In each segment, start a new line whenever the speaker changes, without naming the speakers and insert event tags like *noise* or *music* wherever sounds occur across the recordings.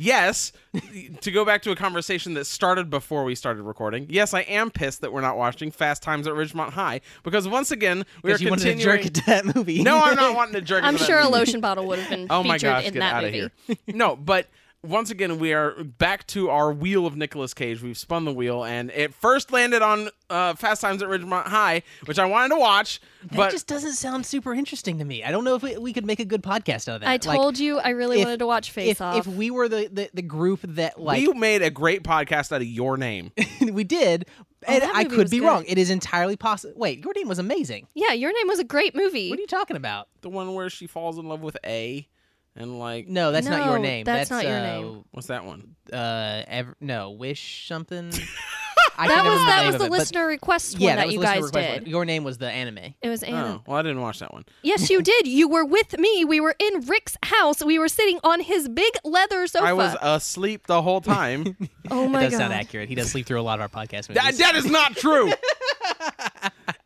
yes, to go back to a conversation that started before we started recording. Yes, I am pissed that we're not watching Fast Times at Ridgemont High because once again we are
you wanted to
continuing.
jerk into *laughs* that movie.
no, I'm not wanting to jerk.
I'm
into that
sure a
movie.
lotion bottle would
*laughs*
have been
*laughs* Oh
featured
my gosh,
in
get
that
out
movie.
of here. no, but once again, we are back to our wheel of Nicolas Cage. We've spun the wheel, and it first landed on uh, Fast Times at Ridgemont High, which I wanted to watch,
that
but
just doesn't sound super interesting to me. I don't know if we, we could make a good podcast out of that.
I
Like,
told you I really
if-
wanted to watch Face
if,
Off.
if we were the, the, the group that like
we made a great podcast out of your name.
*laughs* we did, and
Oh, that
I
movie
could
was
be
good.
wrong. It is entirely possible. Wait, your name was amazing.
yeah, your name was a great movie.
What are you talking about?
the one where she falls in love with A, and like
No, that's not your
No,
name.
that's not your
uh,
name.
what's that one?
Uh, ev- no, wish
*laughs*
something. I
that
can't remember
was that
name
was
of
the
it, but-
listener request
Yeah,
one that,
was
you
listener
guys
request
did.
one. Your name was the anime.
It was Anna.
Oh, well, I didn't watch that one.
*laughs*
Yes, you did. You were with me. We were in Rick's house. We were sitting on his big leather sofa.
I was asleep the whole time.
oh
uh, It
my
does
god.
sound accurate. He
*laughs*
does sleep through a lot of our podcast
That-
movies.
that is not true.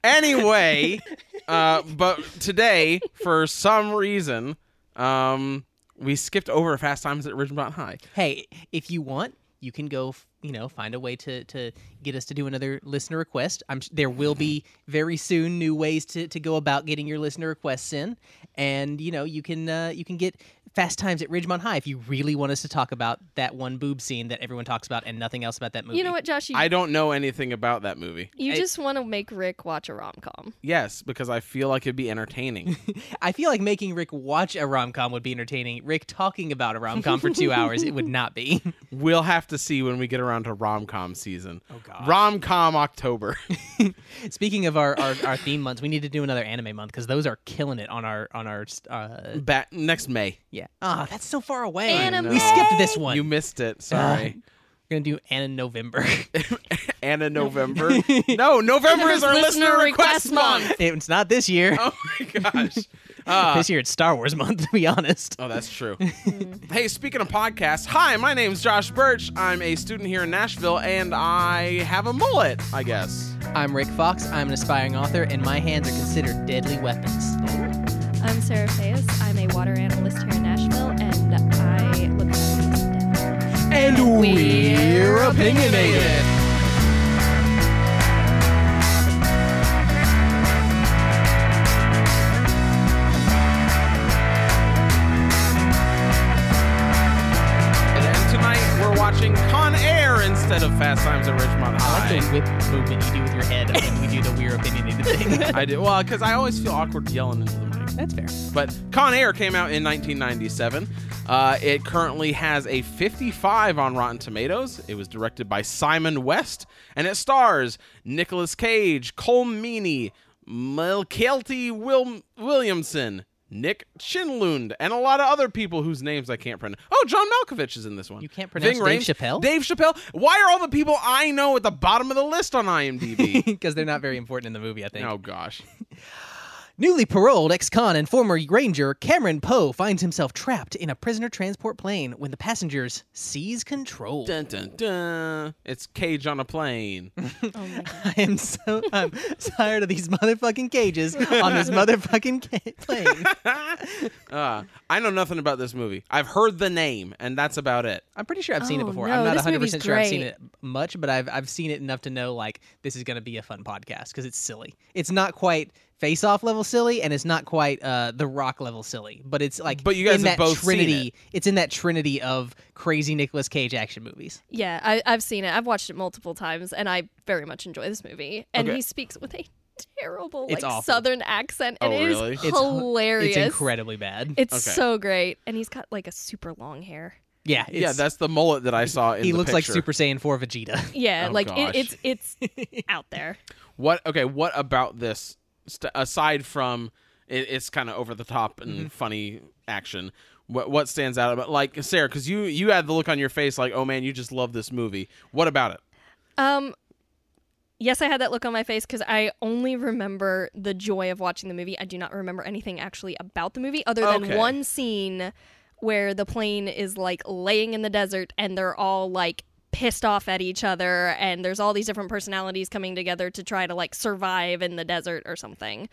anyway, uh, but today, for some reason, um, we skipped over Fast Times at Ridgemont High.
hey, if you want, you can go. f- You know, find a way to to get us to do another listener request. I'm s- there will
*laughs*
be very soon new ways to to go about getting your listener requests in, and you know you can uh, you can get Fast Times at Ridgemont High if you really want us to talk about that one boob scene that everyone talks about and nothing else about that movie.
You know what, Josh? You,
I don't know anything about that movie.
you
I-
just want to make Rick watch a rom com.
Yes, because I feel like it'd be entertaining.
I feel like making Rick watch a rom com would be entertaining. Rick talking about a rom com for
*laughs*
two hours, it would not be. *laughs*
we'll have to see when we get around to rom com season. Oh
gosh.
Rom com October. *laughs*
Speaking of our, our, our theme months, we need to do another anime month because those are killing it on our on our uh,
Back next May.
yeah. Ah, that's so far away.
Anime!
We skipped this one.
You missed it. Sorry.
We're gonna do Anna November. *laughs*
and *laughs* in November. no, November is our listener, request, month.
it's not this
*laughs*
year.
Oh my *laughs* gosh. Uh,
This year it's Star Wars month. To be honest.
Oh, that's *laughs* true. hey, speaking of podcasts, hi, my name's Josh Birch. I'm a student here in Nashville, and I have a mullet, I guess.
I'm Rick Fox. I'm an aspiring author, and my hands are considered deadly weapons.
I'm Sarah Fayes. I'm a water analyst here in Nashville, and I look.
And
we're opinionated.
And, and tonight we're watching Con Air instead of Fast Times at Richmond
I like the
High.
whip movement you do with your head when we do the we're opinionated thing.
I do. Well, because I always feel awkward yelling into the mic.
That's fair.
But Con Air came out in 1997. Uh, it currently has a 55 on Rotten Tomatoes. It was directed by Simon West, and it stars Nicolas Cage, Cole Meany, Melkelty Wil- Williamson, Nick Chinlund, and a lot of other people whose names I can't pronounce. Oh, John Malkovich is in this one.
You can't pronounce Dave
Rhames-
Chappelle?
Dave Chappelle. Why are all the people I know at the bottom of the list on
*laughs*
IMDb?
Because they're not very important in the movie, I think.
oh gosh.
Newly paroled ex con and former Ranger Cameron Poe finds himself trapped in a prisoner transport plane when the passengers seize control.
Dun dun dun. It's Cage on a
*laughs*
plane.
Oh my god.
I am so I'm tired of these motherfucking cages on this motherfucking ca- plane.
Uh, I know nothing about this movie. I've heard the name, and that's about it.
*laughs* I'm pretty sure I've seen it
Oh,
before.
no,
I'm not
this
100%
movie's
sure I've seen
great.
it much, but I've, I've seen it enough to know, like, this is going to be a fun podcast because it's silly. It's not quite face off level silly and it's not quite uh, the rock level silly, but it's like,
But you guys
in
have
that
both seen
trinity, it's in that trinity of crazy Nicolas Cage action movies.
Yeah, I, I've seen it. I've watched it multiple times, and I very much enjoy this movie. And
Okay.
he speaks with a terrible,
It's
like
awful.
Southern accent, and
Oh,
it is
really? It's-
It's hu-
hilarious.
It's incredibly bad.
It's
Okay.
so great, and he's got like a super long hair.
yeah.
yeah,
it's-
that's the mullet that I saw. In
he
the
looks
picture.
like Super Saiyan 4 Vegeta. *laughs*
Yeah,
Oh,
like
gosh.
it, it's it's
*laughs*
out there.
What? Okay, what about this? St- aside from it, it's kind of over the top and
Mm-hmm.
funny action. What what stands out about like Sarah? Because you you had the look on your face like, oh man, you just love this movie. What about it?
Um, yes, I had that look on my face because I only remember the joy of watching the movie. I do not remember anything actually about the movie other than
Okay.
one scene where the plane is like laying in the desert and they're all like pissed off at each other and there's all these different personalities coming together to try to like survive in the desert or something.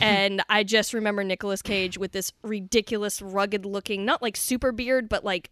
And I just remember Nicolas Cage with this ridiculous rugged looking not like super beard but like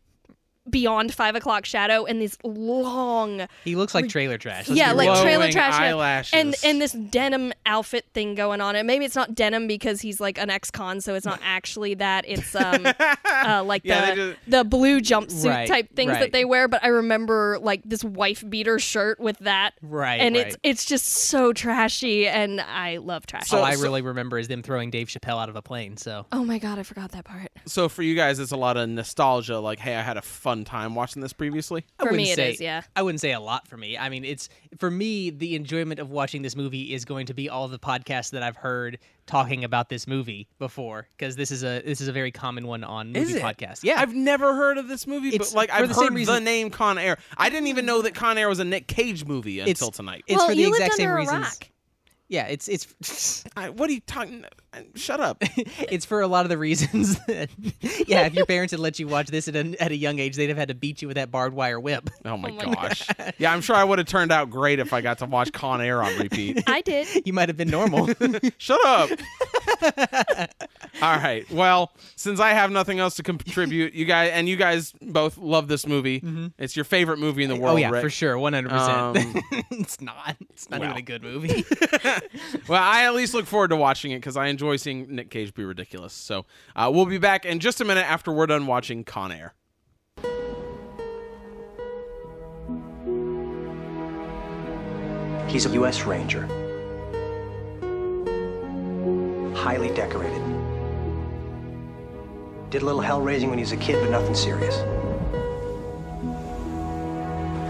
beyond five o'clock shadow and these long
He looks like trailer trash. Let's
yeah
be
like
real.
trailer
Glowing
trash yeah.
eyelashes.
and and this denim outfit thing going on and maybe it's not denim because he's like an ex-con so
*laughs*
it's not actually that it's um uh, like
Yeah,
the
they just-
the blue jumpsuit
Right,
type things
right.
that they wear but i remember like this wife beater shirt with that
Right,
and
right.
it's it's just so trashy and i love trash
So-
All I
so-
really remember is them throwing Dave Chappelle out of a plane. So
oh my god i forgot that part
So for you guys, it's a lot of nostalgia. Like, hey, I had a fun time watching this previously.
I
For
wouldn't
me it
say-
is, yeah.
I wouldn't say a lot for me. I mean, it's for me the enjoyment of watching this movie is going to be all the podcasts that I've heard talking about this movie before because this is a this is a very common one on movie podcasts. Yeah,
I've never heard of this movie,
It's-
but like
for
I've
the same
heard the
reason-
name Con Air. I didn't even know that Con Air was a Nick Cage movie until tonight.
it's
well
for the
you
exact
lived
same
under a
reasons.
rock
Yeah, it's it's *laughs*
I- what are you talking? Shut up.
it's for a lot of the reasons *laughs* that yeah, if your parents had let you watch this at a, at a young age, they'd have had to beat you with that barbed wire whip. *laughs*
Oh my,
my
gosh. yeah, I'm sure I would have turned out great if I got to watch Con Air on repeat.
i
*laughs*
did
You might have been normal.
*laughs* Shut up. All right. Well, since I have nothing else to contribute, you guys and you guys both love this movie. It's your favorite movie in the world,
Mm-hmm. oh yeah,
Rick.
for sure, one hundred
Um,
percent. *laughs* It's not. It's not
well.
even a good movie.
*laughs* well, I at least look forward to watching it because I enjoy seeing Nick Cage be ridiculous. So uh, we'll be back in just a minute after we're done watching Con Air.
He's a U.S. Ranger. Highly decorated. Did a little hell raising when he was a kid, but nothing serious.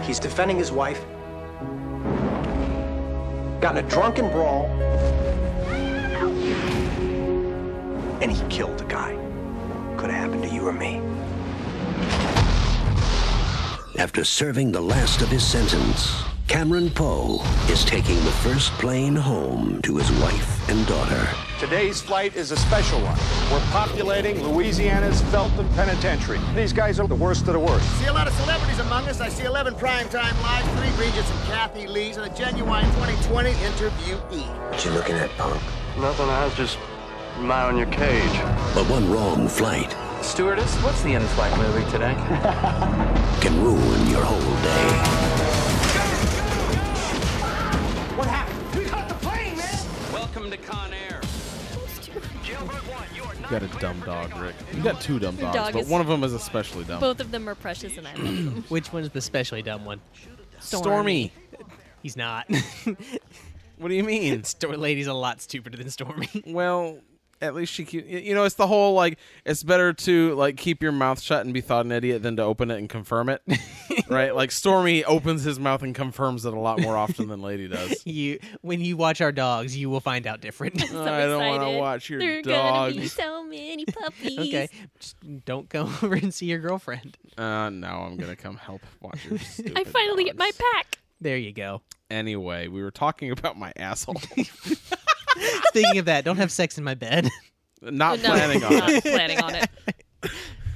He's defending his wife. Got in a drunken brawl. And he killed a guy. Could have happened to you or me.
After serving the last of his sentence, Cameron Poe is taking the first plane home to his wife and daughter.
Today's flight is a special one. We're populating Louisiana's Felton Penitentiary. These guys are the worst of the worst.
See a lot of celebrities among us. I see 11 primetime lives, three Regents and Kathy Lees, and a genuine 2020 interviewee.
What you looking at, punk?
Nothing, I was just my on your cage.
But one wrong flight
Stewardess, what's the end of flight movie today?
*laughs* can ruin your whole day.
Welcome to Con Air.
You got a dumb dog, Rick. You got two dumb dogs,
dog
but
is-
one of them is especially dumb.
both of them are precious and i love them
Which one's the specially dumb one?
Stormy.
He's not. *laughs*
What do you
*laughs*
mean?
Stor- Lady's a lot stupider than Stormy. *laughs*
well, at least she keep, you know, it's the whole like it's better to like keep your mouth shut and be thought an idiot than to open it and confirm
*laughs*
it. right? Like Stormy opens his mouth and confirms it a lot more often than
*laughs*
Lady does.
you when you watch our dogs, you will find out different.
I don't want to watch your
There gonna be
dogs.
so many
*laughs*
puppies.
okay, just don't go *laughs* over and see your girlfriend.
Uh, now I'm gonna come help watch *laughs* your.
I
stupid
finally get my
dogs.
pack.
There you go.
Anyway, we were talking about my
*laughs*
asshole.
Speaking of that, don't have sex in my bed. *laughs*
*laughs* Not planning on
not
it.
planning on it.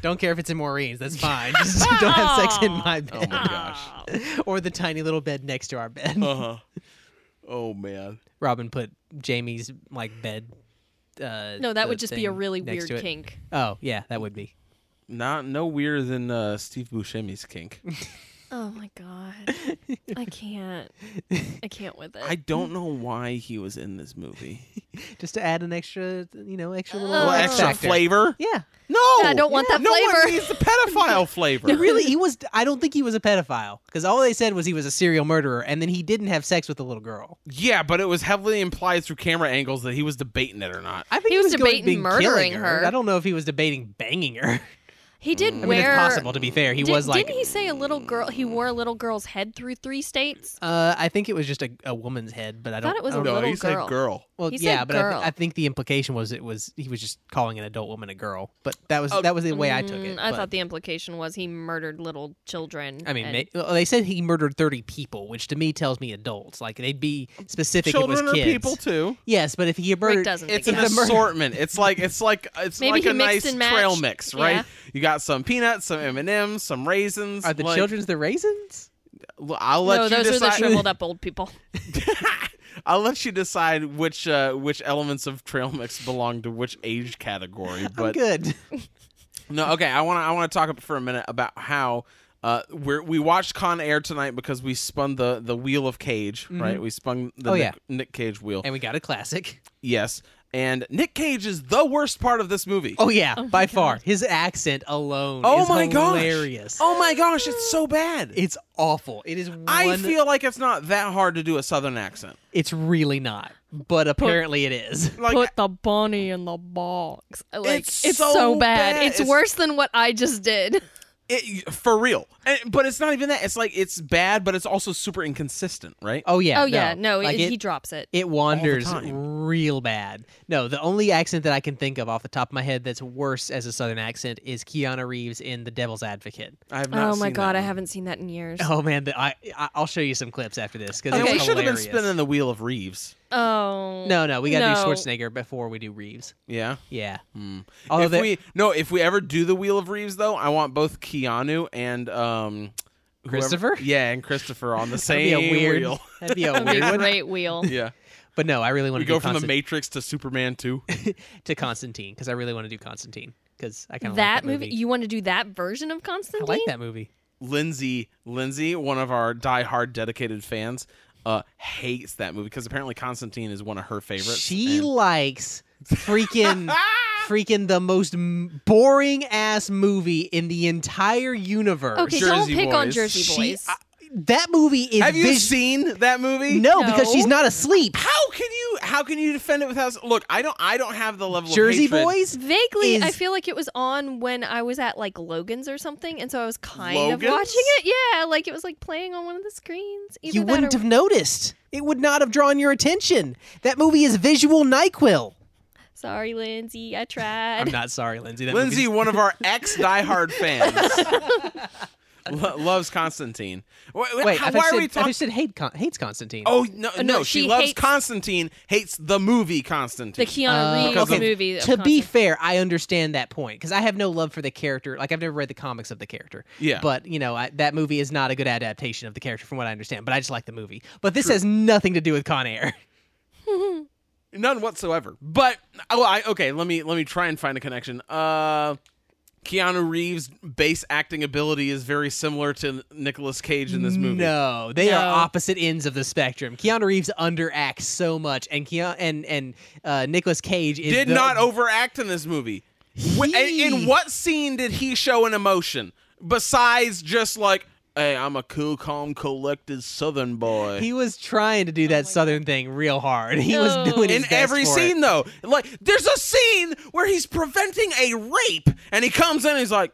Don't care if it's in Maureen's. That's fine. *laughs* Just don't have sex in my
*laughs* Oh
bed
Ah.
my gosh.
or the tiny little bed next to our bed.
Uh huh. Oh man.
*laughs* Robin put Jamie's like bed. Uh,
*laughs* No, that
the
would just be a
thing
really
next
weird
to it.
kink.
Oh yeah, that would be.
Not no weirder than uh, Steve Buscemi's kink.
Oh my god,
*laughs*
I can't. I can't with it.
I don't know why he was in this movie.
Just to add an extra, you know, extra little
Oh.
Well, *laughs*
X
extra
factor.
flavor.
Yeah.
No,
I don't want that
no one
flavor.
needs the
*laughs*
pedophile flavor.
really he was i don't think he was a pedophile because all they said was he was a serial murderer and then he didn't have sex with a little girl
Yeah, but it was heavily implied through camera angles that he was debating it or not.
i think
He was
going
debating
big killing
murdering her.
i don't know if he was debating banging her *laughs*
he did
Mm. i mean
wear.
it's possible to be fair he
Did,
was like
didn't he say a little girl? He wore a little girl's head through three states.
uh, i think it was just a, a woman's head but i don't
thought it was
I don't-
a
no,
little
he
girl.
said girl.
well
he said
yeah but I,
girl.
th- I think the implication was it was he was just calling an adult woman a girl but that was that was the way i took it
Mm, I
but-
thought the implication was he murdered little children.
I mean,
and-
may, well, they said he murdered thirty people, which to me tells me adults. Like they'd be specific.
Children
it was
are
kids.
people too.
Yes, but if he murdered,
doesn't
It's
think
an
Yeah.
assortment. It's like it's like it's
Maybe
like
he
a nice
mixed and matched.
trail mix, right?
Yeah.
You got some peanuts, some M and M's, some raisins.
Are the
like-
children's the raisins?
L- I'll let
no,
you
Oh, those are the
decide.
shriveled up old
*laughs*
people.
*laughs* I'll let you decide which
*laughs*
uh, which elements of trail mix belong to which age category. But
Good.
No, okay. I want to. I want to talk for a minute about how uh, we're, we watched Con Air tonight because we spun the the wheel of Cage, right? We spun the
Oh,
Nick,
yeah.
Nick Cage wheel.
and we got a classic.
yes, and Nick Cage is the worst part of this movie.
Oh yeah, by far his accent alone.
Oh
is
my
hilarious.
gosh! Oh my gosh! It's so bad.
It's awful. It is. One,
I feel like it's not that hard to do a Southern accent.
it's really not, but apparently
*laughs*
it is.
Like
Put the bunny in the box. Like
It's
it's,
so
so, bad.
bad.
It's,
It's-
worse than what I just did.
it, for real. And- but it's not even that. It's like it's bad, but it's also super inconsistent, right?
Oh yeah.
oh yeah, no,
Like,
it,
it-
he drops it.
It wanders
time.
real bad. No, the only accent that I can think of off the top of my head that's worse as a southern accent is Keanu Reeves in The Devil's Advocate.
I have not.
oh my
seen
god,
that
I
one.
haven't seen that in years.
Oh man, the, I I- I'll show you some clips after this because
Man,
it's
we should have been
hilarious.
spinning the wheel of Reeves.
Oh
No, no, we gotta
No.
do Schwarzenegger before we do Reeves.
Yeah.
Yeah. Although
if
Oh, that-
we no, if we ever do the Wheel of Reeves though, I want both Keanu and um whoever-
Christopher?
yeah, and Christopher on the
that'd be
same
a weird.
wheel. *laughs*
That'd *laughs* be a
That'd be
weird
a
one.
great wheel.
*laughs*
Yeah,
But no, I really want
we
to do
go from the
Constan-
Matrix to Superman two.
to Constantine because I really want to do Constantine because I kind of
That
like that movie.
movie, you want to do that version of Constantine?
I like that movie.
Lindsay, Lindsay, one of our diehard dedicated fans, uh, hates that movie because apparently Constantine is one of her favorites.
She
and- *laughs*
likes freaking freaking the most m- boring ass movie in the entire universe.
Okay, don't
Jersey
pick on
Boys. uh,
Jersey
She,
Boys.
I- that movie is.
have you
vis-
seen that movie?
No, because
No.
she's not asleep.
How can you? How can you defend it without? Look, I don't. I don't have the level
Jersey
of hatred.
Boys.
Vaguely, I
is-
feel like it was on when I was at like Logan's or something, and so I was kind
Logan's?
of watching it. Yeah, like it was like playing on one of the screens. Either
You
that
wouldn't
or-
have noticed. It would not have drawn your attention. That movie is visual Nyquil.
Sorry, Lindsay,
*laughs*
I
I'm
tried.
not sorry, Lindsay. That
Lindsay,
movie's-
one of
*laughs*
our ex diehard fans, lo- loves Constantine. Wait,
Wait,
how-
I thought
why
you
are
said-
we
I thought
talking?
you said hate Con- hates Constantine.
Oh no, no,
no,
she,
she
loves
hates-
Constantine. Hates the movie Constantine.
The Keanu Reeves
because of-
movie. of
Uh, to be
Constantine.
fair, I understand that point because I have no love for the character. Like I've never read the comics of the character.
Yeah.
But you know I, that movie is not a good adaptation of the character, from what I understand. But I just like the movie. But this has nothing to do with Con Air.
None whatsoever. But oh, I, okay, let me let me try and find a connection. Uh, Keanu Reeves' base acting ability is very similar to Nicolas Cage in this movie.
*laughs* No, they
No.
are opposite ends of the spectrum. Keanu Reeves underacts so much, and Keanu and and uh, Nicolas Cage is
Did
the-
not overact in this movie. Wh- in- In
He-
what scene did he show an emotion besides just like, "Hey, I'm a cool, calm, collected Southern boy"?
He was trying to do that southern thing real hard. He was
Oh No.
doing his
in
best
every
for it.
scene, though, like there's a scene where he's preventing a rape, and he comes in and he's like,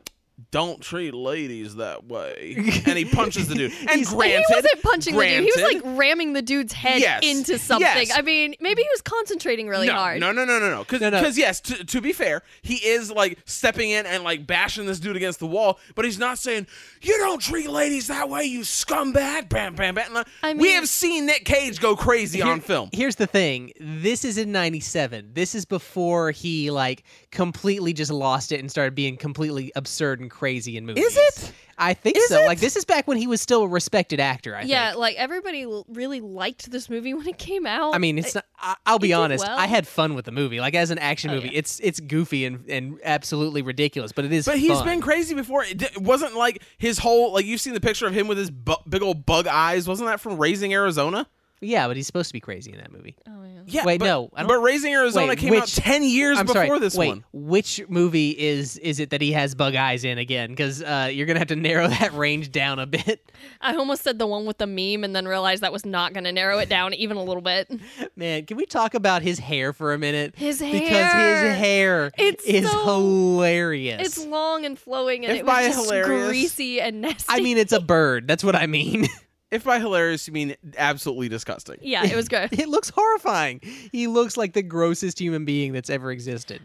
"Don't treat ladies that way,"
*laughs*
and he punches the dude. And granted,
he wasn't punching the dude. He
granted-
was like ramming the dude's head
Yes.
into something.
Yes.
I mean, maybe he was concentrating really
no,
hard.
No, no, no, no, no. Because
no.
yes, to, to be fair, he is like stepping in and like bashing this dude against the wall, but he's not saying you don't treat ladies that way, you scumbag. Bam, bam, bam. Like,
I
we
mean-
have seen Nick Cage go crazy on
*laughs*
Here-
film.
Here's the thing. This is in 97. This is before he like completely just lost it and started being completely absurd and crazy in movies.
Is it?
I think
Is
so.
it?
Like this is back when he was still a respected actor, I
Yeah,
think.
like everybody l- really liked this movie when it came out.
I mean, it's not, I, I'll be
did
honest.
well. Oh,
I had fun with the movie. Like as an action movie,
yeah.
it's it's goofy and, and absolutely ridiculous, but it is
But he's
fun.
been crazy before. It di- it wasn't like his whole like you've seen the picture of him with his bu- big old bug eyes. Wasn't that from Raising Arizona?
Yeah, but he's supposed to be crazy in that movie.
Oh, yeah.
Yeah.
Wait,
but,
no, I don't-
but Raising Arizona
Wait,
came out
which-
ten years
I'm
before
sorry,
this
wait,
one.
Which movie is is it that he has bug eyes in again? Because uh, you're gonna have to *laughs* narrow that range down a bit. *laughs*
I almost said the one with the meme and then realized that was not going to narrow it down even a
*laughs*
little bit.
Man, can we talk about his hair for a minute?
His
Because
hair.
his hair
It's
is
so-
hilarious.
It's long and flowing, and
If
it
by
was just
hilarious-
greasy and nasty.
I mean, it's a bird. That's what I mean. *laughs*
If by hilarious you mean absolutely disgusting.
*laughs* yeah,
*laughs*
it was good.
it looks horrifying. He looks like the grossest human being that's ever existed.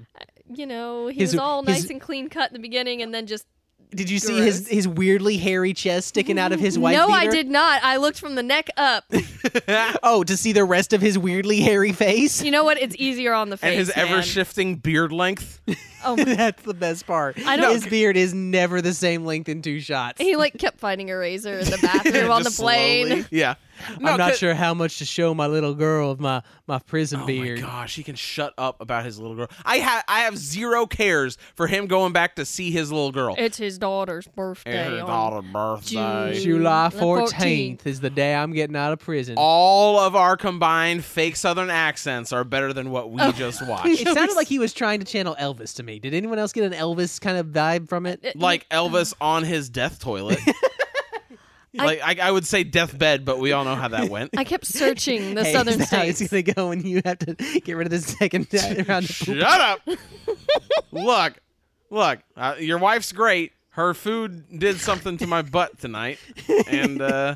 You know, he
His-
was all
his-
nice and clean cut in the beginning, and then just
Did you see his,
Gross.
his weirdly hairy chest sticking out of his wife?
no, I
beater?
did not. I looked from the neck
*laughs*
up.
Oh, to see the rest of his weirdly hairy face?
you know what? It's easier on the face.
And his
man.
ever shifting beard length.
*laughs* Oh,
*laughs*
my-
that's the best part.
I don't-
His beard is never the same length in two shots. *laughs*
he like kept finding a razor in the bathroom on the
Just
plane.
slowly. *laughs* Yeah. No,
I'm not
'cause-
sure how much to show my little girl of my my prison beard.
Oh my gosh, he can shut up about his little girl. I have I have zero cares for him going back to see his little girl.
*laughs* It's his daughter's birthday.
It's
on-
not a birthday.
June.
July
The 14th.
14th is the day I'm getting out of prison.
All of our combined fake Southern accents are better than what we just watched.
*laughs* It sounded like he was trying to channel Elvis to me. Did anyone else get an Elvis kind of vibe from
Uh,
it?
like Elvis on his death toilet. like I, I would say deathbed, but we all know how that went.
I kept searching
*laughs*
the
Hey,
southern
that's how
states.
It's gonna go when you have to get rid of
*laughs*
the second round.
*laughs*
of-
Shut up. look, look. Uh, your wife's great. Her food did something to my butt tonight, and uh,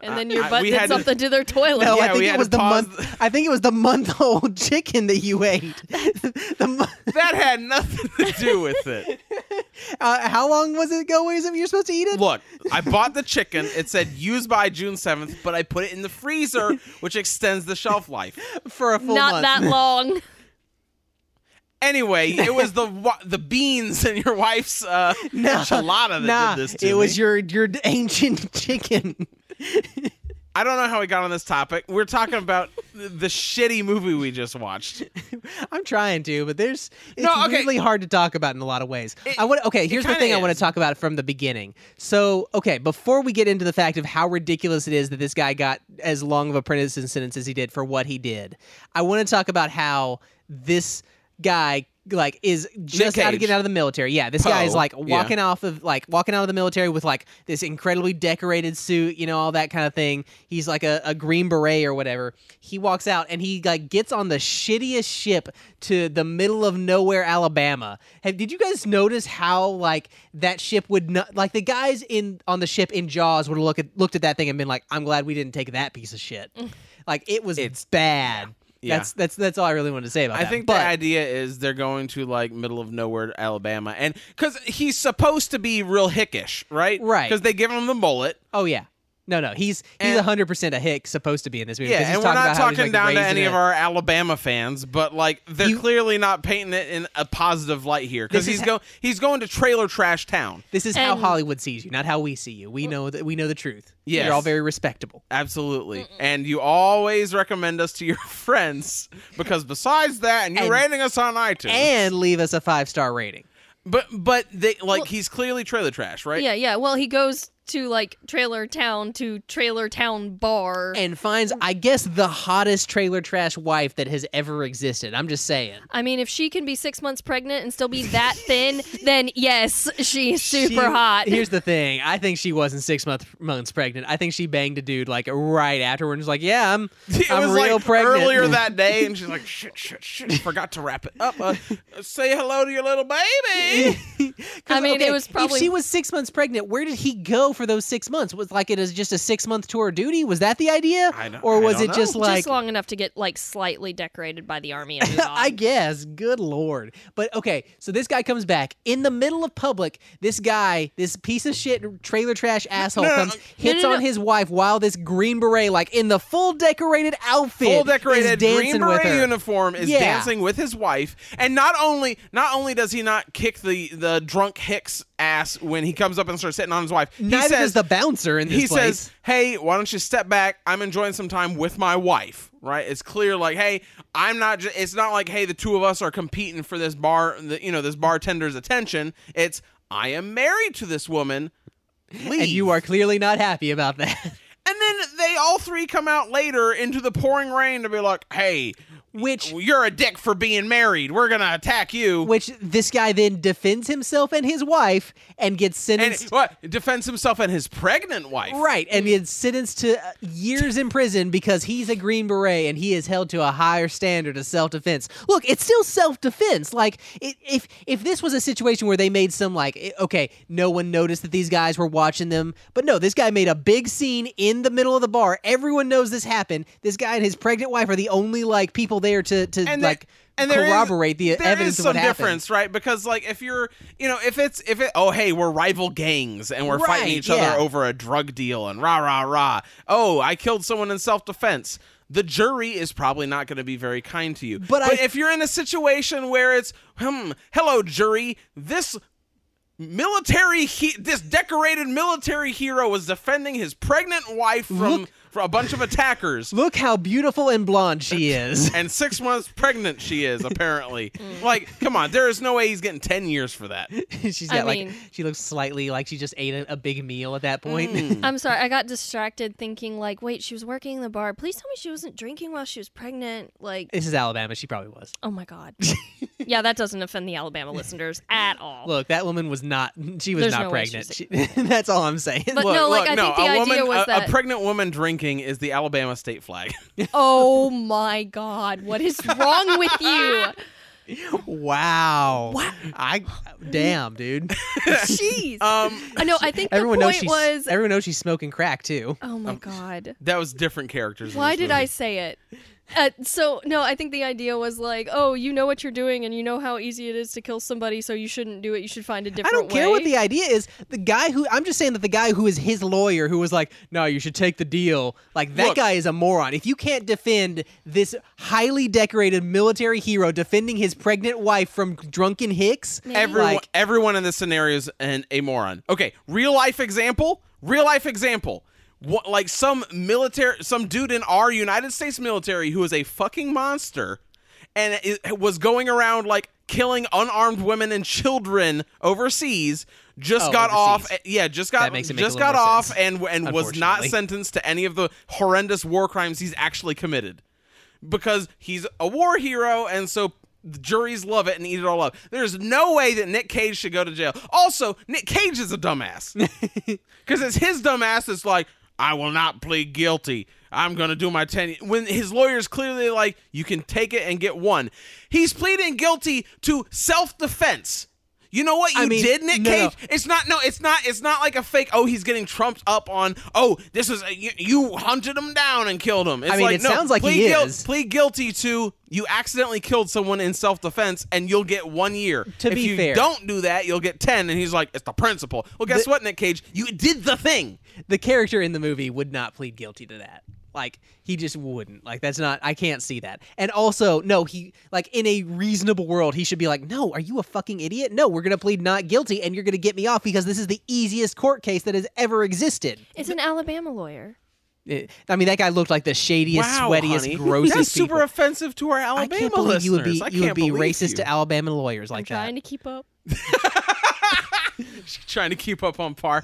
And then your
I-
butt
we
did
had to-
something to their toilet.
No,
Yeah,
I think
we had to
it was the
pause
month. I think it was the month old *laughs* chicken that you ate. *laughs* the, mo-
that had nothing to do with it.
uh, how long was it ago? Was it you're supposed to eat it?
Look, I bought the chicken. It said use by June 7th, but I put it in the freezer, which extends the shelf life.
for a full
Not
month.
that long.
*laughs*
Anyway, it was the wa- the beans and your wife's uh, enchilada that
nah,
did this to
it was
me.
your your *laughs* ancient chicken.
I don't know how we got on this topic. We're talking about th- the shitty movie we just watched.
I'm trying to, but there's it's
No, okay.
really hard to talk about in a lot of ways. I want okay. Here's the
kinda
thing I want
is.
to talk about from the beginning. So okay, before we get into the fact of how ridiculous it is that this guy got as long of a prison sentence as he did for what he did, I want to talk about how this guy like is just out
Cage.
of getting out of the military. Yeah, this guy is
Poe,
like
yeah.
walking off of like walking out of the military with like this incredibly decorated suit, you know, all that kind of thing. He's like a, a green beret or whatever. He walks out and he like gets on the shittiest ship to the middle of nowhere, Alabama. Have, did you guys notice how like that ship would not like the guys in on the ship in Jaws would have looked at looked at that thing and been like, I'm glad we didn't take that piece
*laughs*
of shit. like it was it's bad.
Yeah.
That's that's that's all I really wanted to say about
I
that.
think
but,
the idea is they're going to like middle of nowhere Alabama, and because he's supposed to be real hickish, right?
Right.
Because they give him the mullet.
Oh yeah. No, no, he's he's
And-
hundred percent a hick supposed to be in this movie.
Yeah,
'cause he's
and we're not
about how he was,
talking
like,
down to
raised in
any
a-
of our Alabama fans, but like they're
You-
clearly not painting it in a positive light here because
This is
he's go he's going to trailer trash town.
This is how
And-
Hollywood sees you, not how we see you. We know that we know the truth.
Yes.
you're all very respectable.
Absolutely, and you always recommend us to your *laughs* friends because besides that, and you're
And-
rating us on iTunes.
And leave us a five star rating.
but but they like he's clearly trailer trash, right?
Yeah, yeah. Well, he goes to like trailer town to trailer town bar.
And finds, I guess, the hottest trailer trash wife that has ever existed. I'm just saying.
I mean, if she can be six months pregnant and still be that thin, *laughs* then yes, she's super
She-
hot.
Here's the thing. I think she wasn't six month, months pregnant. I think she banged a dude like right afterward and was like, Yeah, I'm,
*laughs* It
I'm
was
real
like
pregnant. *laughs*
earlier that day, and she's like, "Shit, shit, shit! Forgot to wrap it up.
*laughs*
Uh, say hello to your little baby."
'Cause,
I mean, it was probably-
If she was six months pregnant, where did he go for those six months? Was like it is just a six month tour of duty? Was that the idea,
I don't-
or
I
was
don't
it just
know.
like?
*laughs* just long enough to get like um, slightly decorated by the
*laughs*
army and move on.
I guess. Good lord. But okay, so this guy comes back in the middle of public. This guy, this piece of shit,
*laughs*
trailer trash asshole,
no, no,
comes
no.
hits
no,
on his wife while this green beret, like in the full decorated outfit,
full
is
decorated green
dancing
beret
with her.
uniform is
Yeah.
dancing with his wife and not only not only does he not kick the the drunk hicks ass when he comes up and starts sitting on his wife he
Neither
says
does the bouncer in this
he
place.
says hey why don't you step back i'm enjoying some time with my wife right it's clear like hey i'm not ju- it's not like hey the two of us are competing for this bar the, you know this bartender's attention it's i am married to this woman Leave.
and you are clearly not happy about
*laughs*
that.
and then they all three come out later into the pouring rain to be like, "Hey,
Which-
you're a dick for being married. We're gonna attack you."
Which this guy then defends himself and his wife and gets
and
sentenced.
what defends himself and his pregnant wife.
Right, and gets sentenced to uh, years in prison because he's a Green Beret and he is held to a higher standard of self defense. Look, it's still self defense. Like, it, if if this was a situation where they made some like, i- okay, no one noticed that these guys were watching them, but no, this guy made a big scene in the middle of the bar. Everyone knows this happened. This guy and his pregnant wife are the only like people there to to
And there-
like
and there is-
corroborate the
there
evidence
is
of
some
what happened.
difference, right? Because like if you're, you know, if it's if it, oh hey, we're rival gangs and we're fighting
Right,
each
yeah.
other over a drug deal and rah rah rah. Oh, I killed someone in self defense. The jury is probably not going to be very kind to you.
But I-
if you're in a situation where it's, hmm, hello jury, this military, he- this decorated military hero was defending his pregnant wife from.
Look,
for a bunch of attackers.
Look how beautiful and blonde
*laughs*
she is. *laughs*
and six months pregnant she is apparently.
Mm.
like, come on, there is no way he's getting ten years for that.
She's
I
got like
mean-
she looks slightly like she just ate a, a big meal at that point.
I'm sorry, I got distracted thinking like, wait, she was working in the bar. Please tell me she wasn't drinking while she was pregnant. Like,
*laughs* this is Alabama. She probably was.
oh
*laughs*
my god. yeah, that doesn't offend the Alabama listeners at all.
Look, that woman was not. *laughs* She was
There's
not
no way she
pregnant.
was
She- *laughs* that's all I'm saying.
But no, like I
no,
think the
a
idea
woman,
was
a,
that.
a pregnant woman drinking is the Alabama state flag. *laughs*
oh my god, what is wrong with you?
*laughs* *laughs* wow. I damn,
*laughs*
dude.
Jeez.
um,
I know. I think the
everyone
point
knows she's um,
was.
everyone knows she's smoking crack too.
oh my god.
that was different characters. in
Why
this
did
movie.
I say it? Uh, so no, I think the idea was like, oh, you know what you're doing, and you know how easy it is to kill somebody, so you shouldn't do it. You should find a
I
different.
don't care what
way.
the idea is. The guy who I'm just saying that the guy who is his lawyer who was like, "No, you should take the deal." Like that
Look.
guy is a moron. If you can't defend this highly decorated military hero defending his pregnant wife from drunken hicks,
Everyone,
like
everyone in this scenario is an, a moron. Okay, real life example. Real life example. What, like some military, some dude in our United States military who is a fucking monster, and it, was going around like killing unarmed women and children overseas. Just
Oh,
got
overseas.
off, eh, yeah, just got
That makes it make a
just
little
got
more
off,
sense,
and and was not
unfortunately.
sentenced to any of the horrendous war crimes he's actually committed because he's a war hero and so the juries love it and eat it all up. There's no way that Nick Cage should go to jail. Also, Nick Cage is a dumbass. Cuz it's his dumbass that's like, "I will not plead guilty. I'm going to do my 10 y-" when his lawyer's clearly like, "You can take it and get one." He's pleading guilty to self-defense. You know what you
I mean,
did, Nick
no, no.
Cage? It's not no, it's not it's not like a fake. Oh, he's getting trumped up on. Oh, this is you, you hunted him down and killed him. It's
I mean,
like
it
no,
sounds like
plead
he
guil-
is.
plead guilty to you accidentally killed someone in self defense and you'll get one year.
To
if
be
you
fair.
don't do that, you'll get ten. And he's like, it's the principle. Well, guess
The-
what, Nick Cage? You did the thing.
the character in the movie would not plead guilty to that. Like he just wouldn't. Like that's not. I can't see that. And also, no, he like in a reasonable world, he should be like, no, are you a fucking idiot? No, we're gonna plead not guilty, and you're gonna get me off because this is the easiest court case that has ever existed.
It's an Alabama lawyer.
Eh, I mean, that guy looked like the shadiest,
wow,
sweatiest,
honey.
grossest.
That's super
people.
offensive to our Alabama
I can't believe you would be
listeners. I
you would
can't
be
believe
racist
you.
to Alabama lawyers like that.
Trying to keep up.
*laughs* trying to keep up on
*laughs*
par.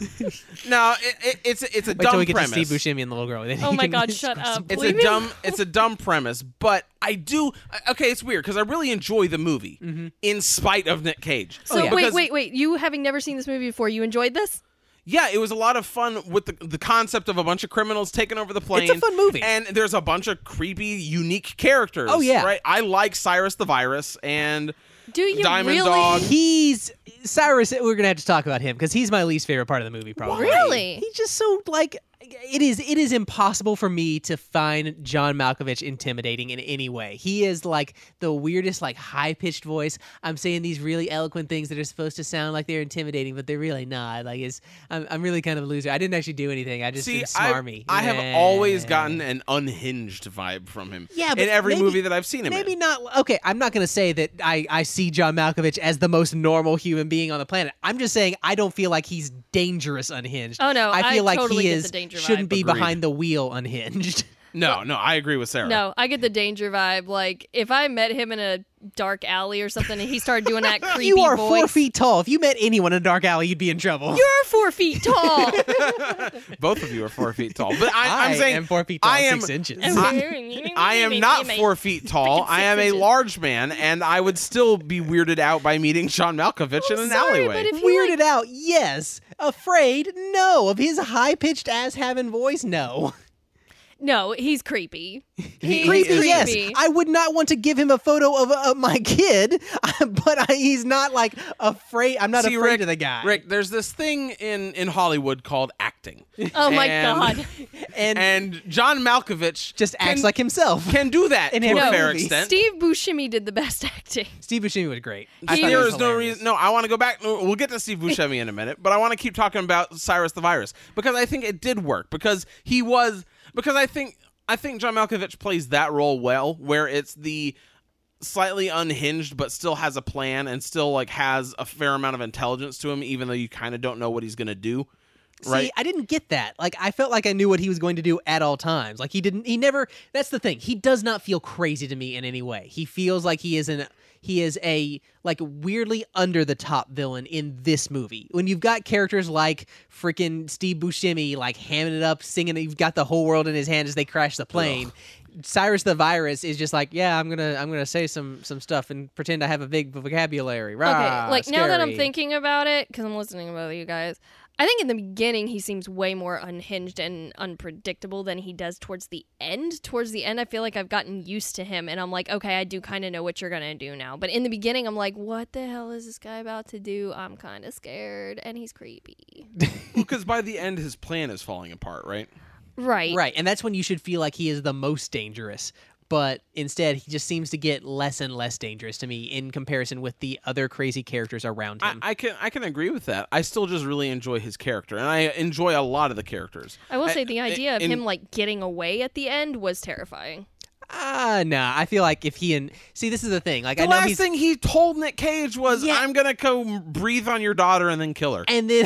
no, it, it, it's a- it's a
Wait till
dumb
we get
premise.
to Steve Buscemi and the little girl. *laughs* Then
Oh
you
my
can
God,
discuss
shut up.
it.
It's
Leave
a
it
dumb it's a dumb premise, but I do I- okay, it's weird cuz I really enjoy the movie
Mm-hmm.
in spite of Nick Cage.
So
Oh, yeah.
wait,
Because-
wait, wait. You having never seen this movie before, you enjoyed this?
Yeah, it was a lot of fun with the, the concept of a bunch of criminals taking over the plane.
fun movie.
And there's a bunch of creepy unique characters.
Oh, yeah.
Right? I like Cyrus the Virus and
Do you
Diamond
really?
Dog.
He's Cyrus. We're gonna have to talk about him because he's my least favorite part of the movie. Probably
Really?
He's just so like it is. It is impossible for me to find John Malkovich intimidating in any way. He is like the weirdest, like high pitched voice. I'm saying these really eloquent things that are supposed to sound like they're intimidating, but they're really not. Like it's, I'm, I'm really kind of a loser. I didn't actually do anything. I just
See,
am
I,
smarmy.
I have always
Yeah.
gotten an unhinged vibe from him.
Yeah, but
in every
maybe-
movie that I've seen him
Maybe
in.
not. Okay, I'm not going to say that I, I see John Malkovich as the most normal human being on the planet. I'm just saying I don't feel like he's dangerous unhinged.
Oh, no,
I feel
I
like
totally
he
get
is
the danger
shouldn't
vibe.
be
Agreed.
behind the wheel unhinged.
No, no, I agree with Sarah.
No, I get the danger vibe. Like if I met him in a dark alley or something, and he started doing that *laughs*
*laughs*
creepy
you are
voice.
four feet tall. If you met anyone in a dark alley, you'd be in trouble.
You're four feet tall.
*laughs*
Both of you are four feet tall. But I,
I
am saying
am four feet tall,
I am,
six inches.
I
I *laughs*
am not four feet tall. I am a large man, and I would still be weirded out by meeting Sean Malkovich in an
sorry,
alleyway.
but if he,
Weirded out, yes. Afraid, no. Of his high pitched ass having voice, no.
No, he's *laughs* creepy. He's
creepy, yes.
creepy.
I would not want to give him a photo of, of my kid, *laughs* but I, he's not like afraid. I'm not
See,
afraid
Rick,
of the guy.
Rick, there's this thing in in Hollywood called
*laughs*
acting.
Oh my
And-
god.
and,
and John Malkovich
just acts
can-
like himself.
can do that
In
to
every
a fair
movie.
extent.
Steve Buscemi did the best *laughs* acting.
Steve Buscemi was great.
I
I thought
think
he
there
was
is no
hilarious.
reason. No, I want to go back. no, We'll get to Steve *laughs* Buscemi in a minute, but I want to keep talking about Cyrus the Virus because I think it did work because he was because I think I think John Malkovich plays that role well, where it's the slightly unhinged but still has a plan and still like has a fair amount of intelligence to him, even though you kind of don't know what he's gonna do. right?
See, I didn't get that. Like, I felt like I knew what he was going to do at all times. Like, he didn't. He never. That's the thing. He does not feel crazy to me in any way. He feels like he is an. He is a like weirdly under the top villain in this movie. When you've got characters like freaking Steve Buscemi like hamming it up, singing, you've got the whole world in his hand as they crash the plane. Cyrus the virus is just like, yeah, I'm gonna I'm gonna say some some stuff and pretend I have a big vocabulary. Rah,
okay, like now that I'm
Ah, scary.
thinking about it, because I'm listening about you guys, I think in the beginning he seems way more unhinged and unpredictable than he does towards the end. Towards the end, I feel like I've gotten used to him, and I'm like, okay, I do kind of know what you're gonna do now. But in the beginning, I'm like, what the hell is this guy about to do? I'm kind of scared, and he's creepy.
Because by the end, his plan is falling apart, right?
right,
Right, and that's when you should feel like he is the most dangerous. But instead, he just seems to get less and less dangerous to me in comparison with the other crazy characters around
I,
him.
I can I can agree with that. I still just really enjoy his character, and I enjoy a lot of the characters.
I will say the idea of
in-
him like getting away at the end was terrifying.
Ah, nah. I feel like if he and see, this is the thing. Like I
The
know
last
he's
thing he told Nick Cage was,
Yeah.
"I'm gonna go breathe on your daughter and then kill her."
and then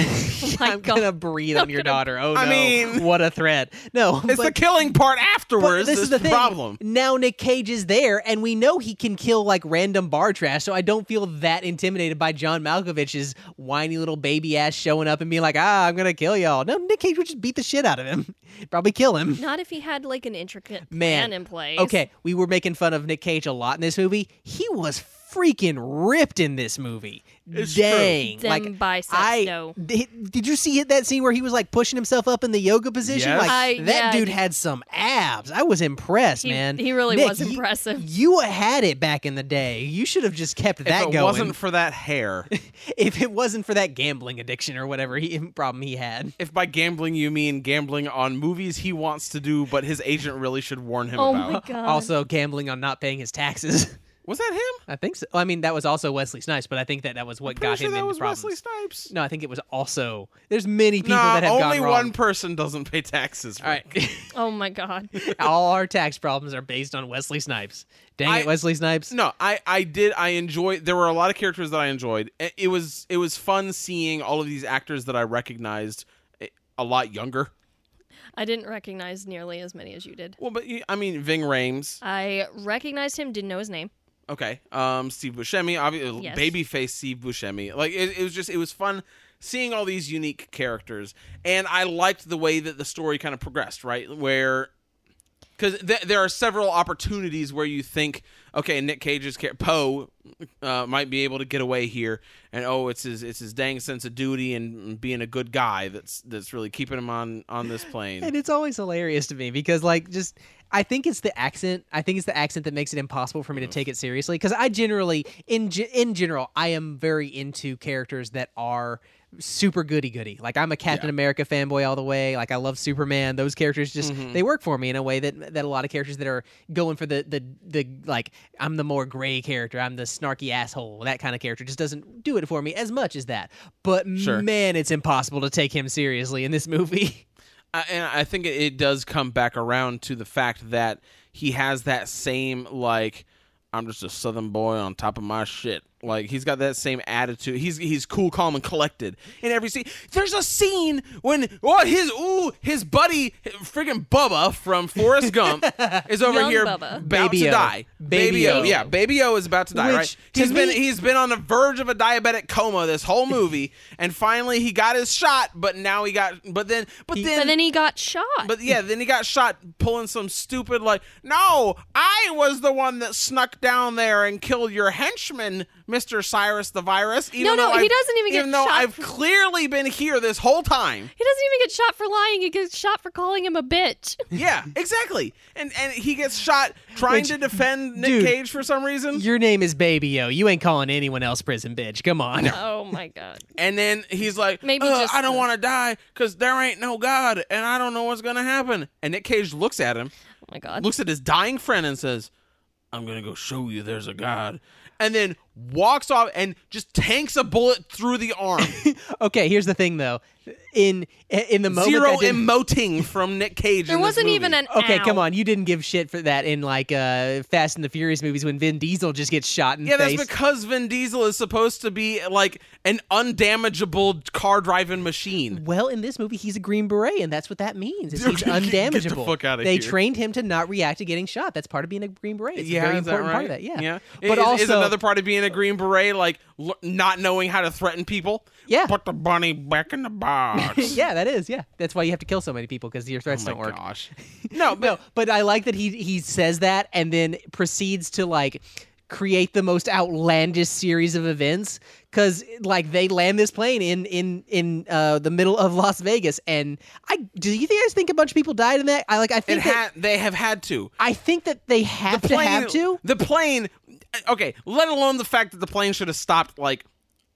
*laughs*
my
I'm
God.
gonna breathe on your daughter. Oh no!
I mean-
what a threat! No,
it's the
but-
killing part
But
afterwards.
this
that's
is the thing.
problem.
Now Nick Cage is there, and we know he can kill like random bar trash. So I don't feel that intimidated by John Malkovich's whiny little baby ass showing up and being like, "Ah, I'm gonna kill y'all." No, Nick Cage would just beat the shit out of him, *laughs* probably kill him.
Not if he had like an intricate
Man,
plan in place.
Okay, we were making fun of Nick Cage a lot in this movie. He was freaking ripped in this movie.
true.
Dang,
Them
like
biceps,
I
no.
di- did you see it- that scene where he was like pushing himself up in the yoga position?
Yes.
Like
I-
that
yeah, I
dude
did.
had some abs. I was impressed,
He-
man.
he really
Nick,
was
you-
impressive.
You had it back in the day. You should have just kept that
if it
going.
wasn't for that hair,
*laughs* if it wasn't for that gambling addiction or whatever he, *laughs* problem he had.
if by gambling you mean gambling on movies he wants to do, but his agent really should warn him
Oh
about.
*laughs*
my god.
Also, gambling on not paying his taxes. *laughs*
Was that him?
I think so. Well, I mean, that was also Wesley Snipes, but I think that that was what
Pretty
got
sure
him
that
into
was
problems.
Wesley Snipes.
No, I think it was also. There's many people
Nah,
that have
only
gone wrong.
one person doesn't pay taxes.
All right, *laughs*
oh my god.
all our tax problems are based on Wesley Snipes. Dang
I-
it, Wesley Snipes.
No, I I did I enjoyed there were a lot of characters that I enjoyed. I- It was it was fun seeing all of these actors that I recognized eh, a lot younger.
I didn't recognize nearly as many as you did.
Well, but you- I mean Ving Rhames,
I recognized him, didn't know his name.
okay. Um Steve Buscemi, obviously
Yes.
babyface Steve Buscemi. Like it, it was just it was fun seeing all these unique characters and I liked the way that the story kind of progressed, right? Where because th- there are several opportunities where you think, okay, Nick Cage's char- Poe uh, might be able to get away here, and oh, it's his it's his dang sense of duty and being a good guy that's that's really keeping him on on this plane.
*laughs* And it's always hilarious to me because, like, just I think it's the accent. I think it's the accent that makes it impossible for me to take it seriously. Because I generally, in ge- in general, I am very into characters that are super goody goody. Like I'm a Captain America fanboy all the way. Like I love Superman. Those characters just they work for me in a way that that a lot of characters that are going for the the the like I'm the more gray character. I'm the snarky asshole. That kind of character just doesn't do it for me as much as that. But
Sure.
man, it's impossible to take him seriously in this movie. *laughs*
I, and I think it, it does come back around to the fact that he has that same like I'm just a southern boy on top of my shit. Like he's got that same attitude. He's he's cool, calm, and collected in every scene. There's a scene when oh his ooh his buddy friggin' Bubba from Forrest *laughs* Gump is over
Young
here
Bubba.
about
Baby-O.
to die.
Baby-O.
Baby-O, yeah, Baby O is about to die.
Which,
right?
to
He's been
me-
he's been on the verge of a diabetic coma this whole
*laughs*
movie, and finally he got his shot. But now he got but then but then
And then he got shot.
but yeah, then he got shot pulling some stupid like, no, I was the one that snuck down there and killed your henchman, Mister Cyrus the Virus. Even
no,
though
he
I've-
doesn't even get
even though
shot
I've
for-
clearly been here this whole time.
he doesn't even get shot for lying. He gets shot for calling him a bitch. *laughs*
Yeah, exactly. And and he gets shot trying
Which-
to defend Nick
dude,
Cage for some reason.
Your name is Baby O. You ain't calling anyone else prison bitch. Come on. *laughs*
oh my god.
And then he's like,
Maybe
"Uh,
just
I don't
the-
want to die because there ain't no God and I don't know what's gonna happen. And Nick Cage looks at him
Oh my god.
looks at his dying friend and says, I'm going to go show you there's a God. And then walks off and just tanks a bullet through the arm.
Okay, here's the thing though. In in the *laughs* moment
Zero
that didn't-
emoting from Nick Cage.
There
in this
wasn't even
movie.
an
Okay,
ow.
come on. You didn't give shit for that in like uh Fast and the Furious movies when Vin Diesel just gets shot in
Yeah,
the
that's
face.
because Vin Diesel is supposed to be like an undamageable car driving machine.
well, in this movie, he's a Green Beret, and that's what that
*laughs*
means. Is he's
Get the
undamageable.
fuck outta
they
here.
trained him to not react to getting shot. That's part of being a Green Beret. It's
yeah,
a very
is that
important part of
right?
that. Yeah.
yeah.
But
is,
also,
is another part of being a Green Beret like l- not knowing how to threaten people.
Yeah.
put the bunny back in the box.
*laughs* yeah, that is. Yeah, that's why you have to kill so many people because your threats
Oh my
don't work.
gosh. *laughs*
No, but, no, but I like that he he says that and then proceeds to like create the most outlandish series of events because like they land this plane in in in uh, the middle of Las Vegas and I do you guys think a bunch of people died in that? I like I
It
think
had
that,
they have had to.
I think that they have to have to.
The plane. Okay, let alone the fact that the plane should have stopped like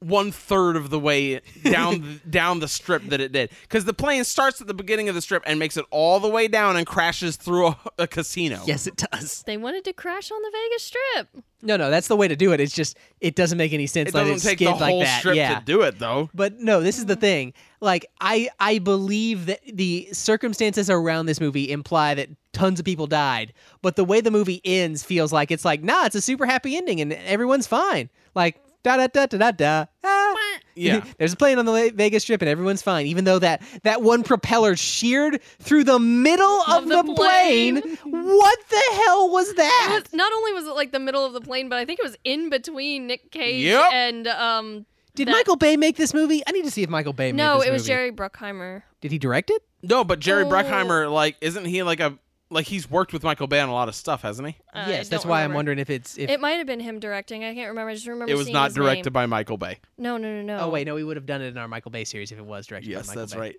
one third of the way
*laughs*
down down the strip that it did, because the plane starts at the beginning of the strip and makes it all the way down and crashes through a, a casino.
Yes, it does.
They wanted to crash on the Vegas Strip.
No, no, that's the way to do it. It's just it doesn't make any sense.
it
that
doesn't take the
skimmed like
whole
that.
strip
yeah.
to do it though.
*laughs* But no, this is
Mm-hmm.
the thing. Like I I believe that the circumstances around this movie imply that tons of people died, but the way the movie ends feels like it's like, nah, it's a super happy ending and everyone's fine. Like da da da da da da. ah.
Yeah.
*laughs* There's a plane on the La- Vegas Strip and everyone's fine, even though that that one propeller sheared through the middle of,
the
the plane. What the hell was that?
Because not only was it like the middle of the plane, but I think it was in between Nick Cage
Yep.
and um.
Did
that-
Michael Bay make this movie? I need to see if Michael Bay made
No,
this
it was
movie.
Jerry Bruckheimer.
Did he direct it?
No, but Jerry
Oh.
Bruckheimer, like, isn't he like a like he's worked with Michael Bay on a lot of stuff, hasn't he?
Uh, I
yes, that's
don't
why I'm
remember.
wondering if it's if
It might have been him directing. I can't remember. I just remember
It was
seeing
not
his name.
directed by Michael Bay.
No, no, no, no.
Oh wait, no, we would have done it in our Michael Bay series if it was directed
Yes,
by Michael
that's
Bay.
right.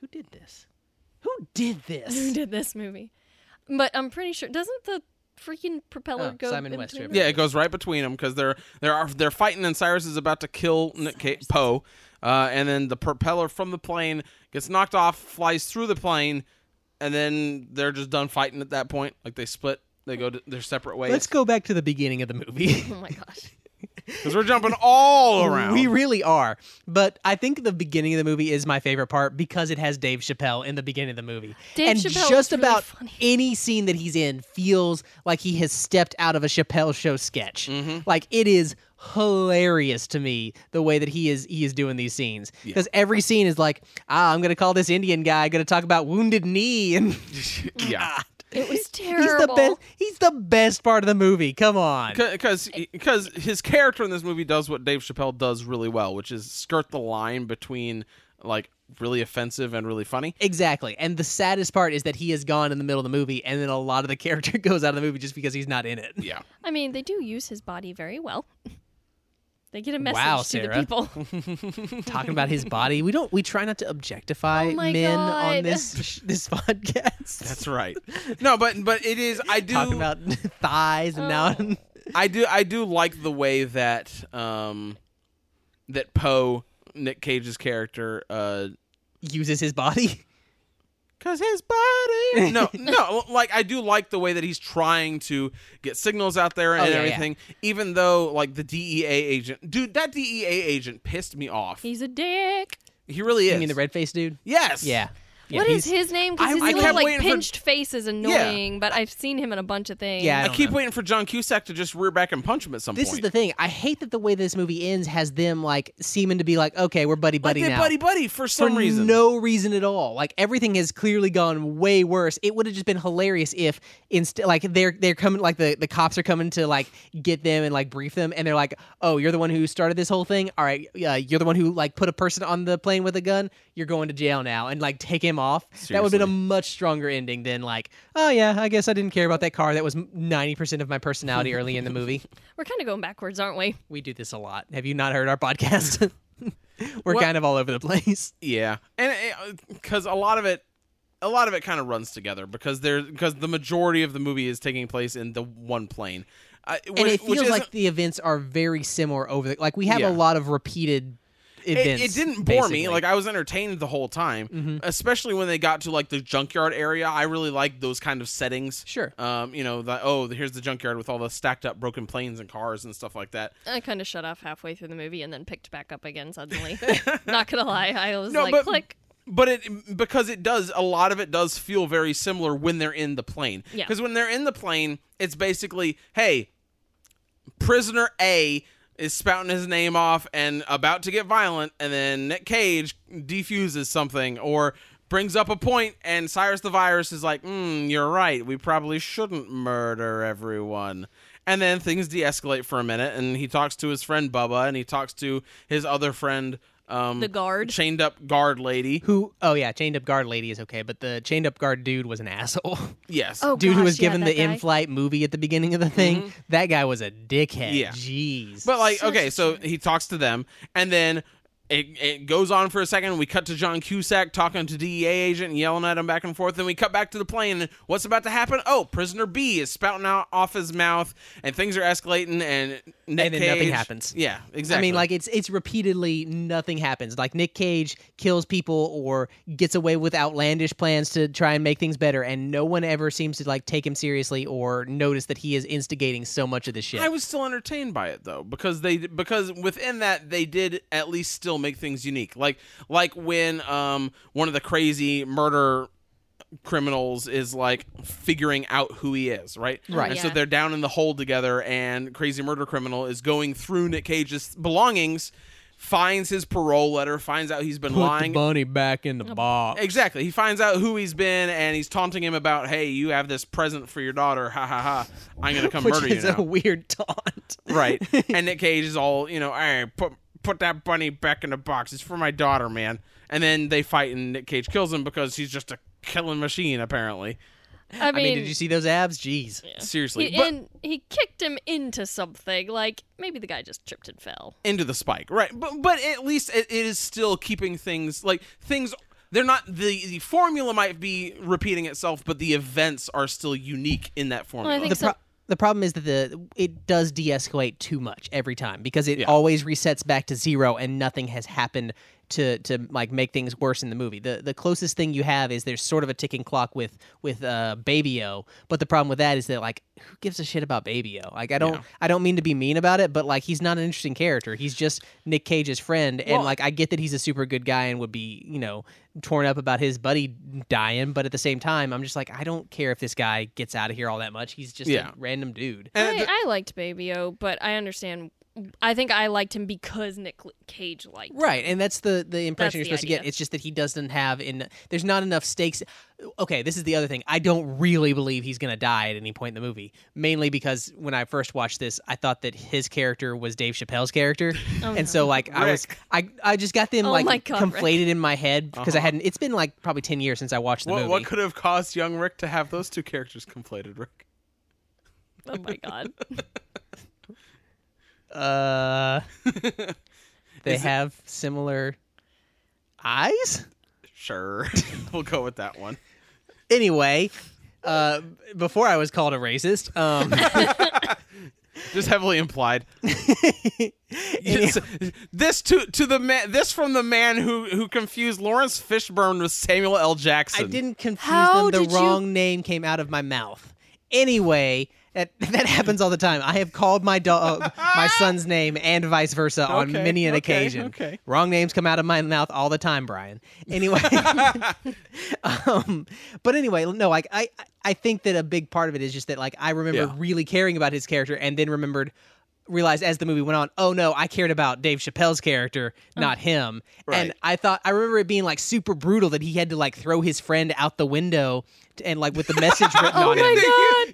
Who did this? Who did
*laughs* Who
this?
did this movie? But I'm pretty sure. Doesn't the freaking propeller
Oh,
go?
Simon
in
West
between
Strip.
them?
Yeah, it goes right between them because they're they're they're fighting, and Cyrus is about to kill Nick Ca- Poe, uh, and then the propeller from the plane gets knocked off, flies through the plane, and then they're just done fighting at that point. Like they split, they go to their separate
Let's
ways
go back to the beginning
*laughs*
of the movie.
Oh my gosh.
because we're jumping all around.
*laughs* we really are. But I think the beginning of the movie is my favorite part because it has Dave Chappelle in the beginning of the movie.
Dave
and
Chappelle
just
is really
about
funny.
any scene that he's in feels like he has stepped out of a Chappelle show sketch.
Mm-hmm.
Like it is hilarious to me the way that he is he is doing these scenes because every scene is like ah I'm gonna call this Indian guy gonna talk about wounded knee
*laughs*
and
*laughs* yeah,
It
*laughs*
was
he's the
terrible.
best he's the best part of the movie come on
because because his character in this movie does what Dave Chappelle does really well, which is skirt the line between like really offensive and really funny.
exactly and the saddest part is that he is gone in the middle of the movie and then a lot of the *laughs* character goes out of the movie just because he's not in it
Yeah.
I mean, they do use his body very well. *laughs* They get a message
Wow,
to the
Sarah.
people. *laughs*
talking about his body we don't we try not to objectify
my
men on *laughs*
God.
this this podcast *laughs*
That's right. *laughs* No, but but it is. I do
talking about *laughs* thighs and now
I do I do like the way that um that Poe Nick Cage's character uh
*laughs* uses his body
cuz his
*laughs*
body No, no, like I do like the way that he's trying to get signals out there and
Oh, yeah, yeah.
everything even though like the DEA agent Dude, that DEA agent pissed me off.
He's a dick.
he really is.
you mean the red face dude
Yes.
yeah *laughs* yeah,
what is
he's-
his name? Because
I-
his
I
little
kept
like
waiting for-
pinched face is annoying, but I've seen him in a bunch of things.
Yeah, I
I,
don't
keep
know.
waiting for John Cusack to just rear back and punch him at some
this
point.
is the thing i hate that the way this movie ends has them like seeming to be like okay we're buddy
like
buddy
they
now
buddy buddy for
for
some reason.
no reason at all. Like everything has clearly gone way worse. It would have just been hilarious if instead, like they're they're coming, like the the cops are coming to like get them and like brief them, and they're like, "Oh, you're the one who started this whole thing. All right, uh, you're the one who like put a person on the plane with a gun. You're going to jail now," and like take him off. That would have been a much stronger ending than like, "Oh yeah, I guess I didn't care about that car. That was ninety percent of my personality early in
*laughs*
the movie."
We're kind of going backwards, aren't we?
We do this a lot. Have you not heard our podcast? *laughs* We're
Well-
kind of all over the place.
Yeah, and because a lot of it, a lot of it kind of runs together because there because the majority of the movie is taking place in the one plane. Uh,
and
which-
it
which
feels like
isn't-
the events are very similar over the like we have
Yeah.
a lot of repeated
it,
events.
it didn't bore
basically. Mm-hmm.
me. Like I was entertained the whole time, especially when they got to like the junkyard area. I really like those kind of settings.
Sure.
Um, you know, the, oh, here's the junkyard with all the stacked up broken planes and cars and stuff like that.
I kind of shut off halfway through the movie and then picked back up
*laughs*
again suddenly. Not gonna lie, I was like, click.
But it because it does a lot of it does feel very similar when they're in the plane.
Yeah.
Because when they're in the plane, it's basically hey, prisoner A is spouting his name off and about to get violent, and then Nick Cage defuses something or brings up a point, and Cyrus the Virus is like, "Hmm, you're right. We probably shouldn't murder everyone." And then things de-escalate for a minute, and he talks to his friend Bubba, and he talks to his other friend. Um,
The guard.
chained up guard lady.
Who? Oh yeah, chained up guard lady is okay, but the chained up guard dude was an asshole. *laughs*
Yes.
Oh,
dude who
gosh,
was
yeah,
given
that
the
guy.
in-flight movie at the beginning of the thing. That guy was a dickhead.
Mm-hmm. Yeah.
Jeez.
But like, okay, so he talks to them, and then it, it goes on for a second. We cut to John Cusack talking to DEA agent, and yelling at him back and forth. Then we cut back to the plane. And what's about to happen? Oh, prisoner B is spouting out off his mouth, and things are escalating. And Nick
And then nothing
Cage-
happens.
Yeah, exactly.
I mean, like it's it's repeatedly nothing happens. Like Nick Cage kills people or gets away with outlandish plans to try and make things better, and no one ever seems to like take him seriously or notice that he is instigating so much of this shit.
I was still entertained by it though because they because within that they did at least still make things unique. Like like when um one of the crazy murder criminals is like figuring out who he is, right?
Right.
And so
Yeah.
they're down in the hole together and crazy murder criminal is going through Nick Cage's belongings, finds his parole letter, finds out he's been lying.
money back in the box.
Exactly. He finds out who he's been, and he's taunting him about, "Hey, you have this present for your daughter. Ha ha ha! I'm gonna come
Which
murder
is
you."
a *laughs*
now.
weird taunt.
*laughs*
Right. and Nick Cage is all, you know, hey, put put that bunny back in the box. It's for my daughter, man. And then they fight and Nick Cage kills him because he's just a killing machine, apparently.
*laughs*
I
I
mean,
mean, did you see those abs? Jeez.
Seriously.
He,
but
and he kicked him into something. Like maybe the guy just tripped and fell.
into the spike. Right. But but at least it, it is still keeping things like things they're not the the formula might be repeating itself, but the events are still unique in that formula.
I think
the
so.
pro- the problem is that the it does de-escalate too much every time because it always resets back to zero and nothing has happened to to like make things worse in the movie. The the closest thing you have is there's sort of a ticking clock with with uh Baby-O, but the problem with that is that like who gives a shit about Baby-O? Like I don't I don't mean to be mean about it, but like he's not an interesting character. He's just Nick Cage's friend and like I get that he's a super good guy and would be, you know, torn up about his buddy dying, but at the same time I'm just like I don't care if this guy gets out of here all that much. He's just
Yeah.
a random dude.
And
I, I liked Baby O, but I understand. I think I liked him because Nick Cage liked.
*laughs*
him.
Right, and that's the the impression you're
That's the
supposed to get.
idea.
It's just that he doesn't have in. There's not enough stakes. Okay, this is the other thing. I don't really believe he's gonna die at any point in the movie, mainly because when I first watched this, I thought that his character was Dave Chappelle's
*laughs*
character, and so like I was I I just got them
Oh my
like
God, Rick.
conflated in my head because I hadn't. It's been like probably ten years since I watched the
Uh-huh. what, what
movie.
could have caused young Rick to have those two characters conflated, Rick?
Oh my god.
*laughs*
uh, they have similar eyes.
Sure. *laughs* we'll go with that one.
Anyway. Uh, before I was called a
*laughs*
racist, um,
just heavily
*laughs*
implied. Yes, this to to the man. This from the man who who confused Lawrence Fishburne with Samuel L. Jackson.
I didn't confuse
How
them.
did
The
you-
wrong name came out of my mouth. Anyway, that *laughs* that happens all the time. I have called my dog my son's name and vice versa on
Okay,
many an
okay,
occasion.
okay.
Wrong names come out of my mouth all the time, Brian.
*laughs*
Anyway, *laughs* um, but anyway, no, like I I think that a big part of it is just that like I remember
Yeah.
really caring about his character and then remembered realized as the movie went on, oh no, I cared about Dave Chappelle's character,
Oh.
not him. And
Right.
I thought I remember it being like super brutal that he had to like throw his friend out the window t- and like with the message
*laughs*
written
Oh
on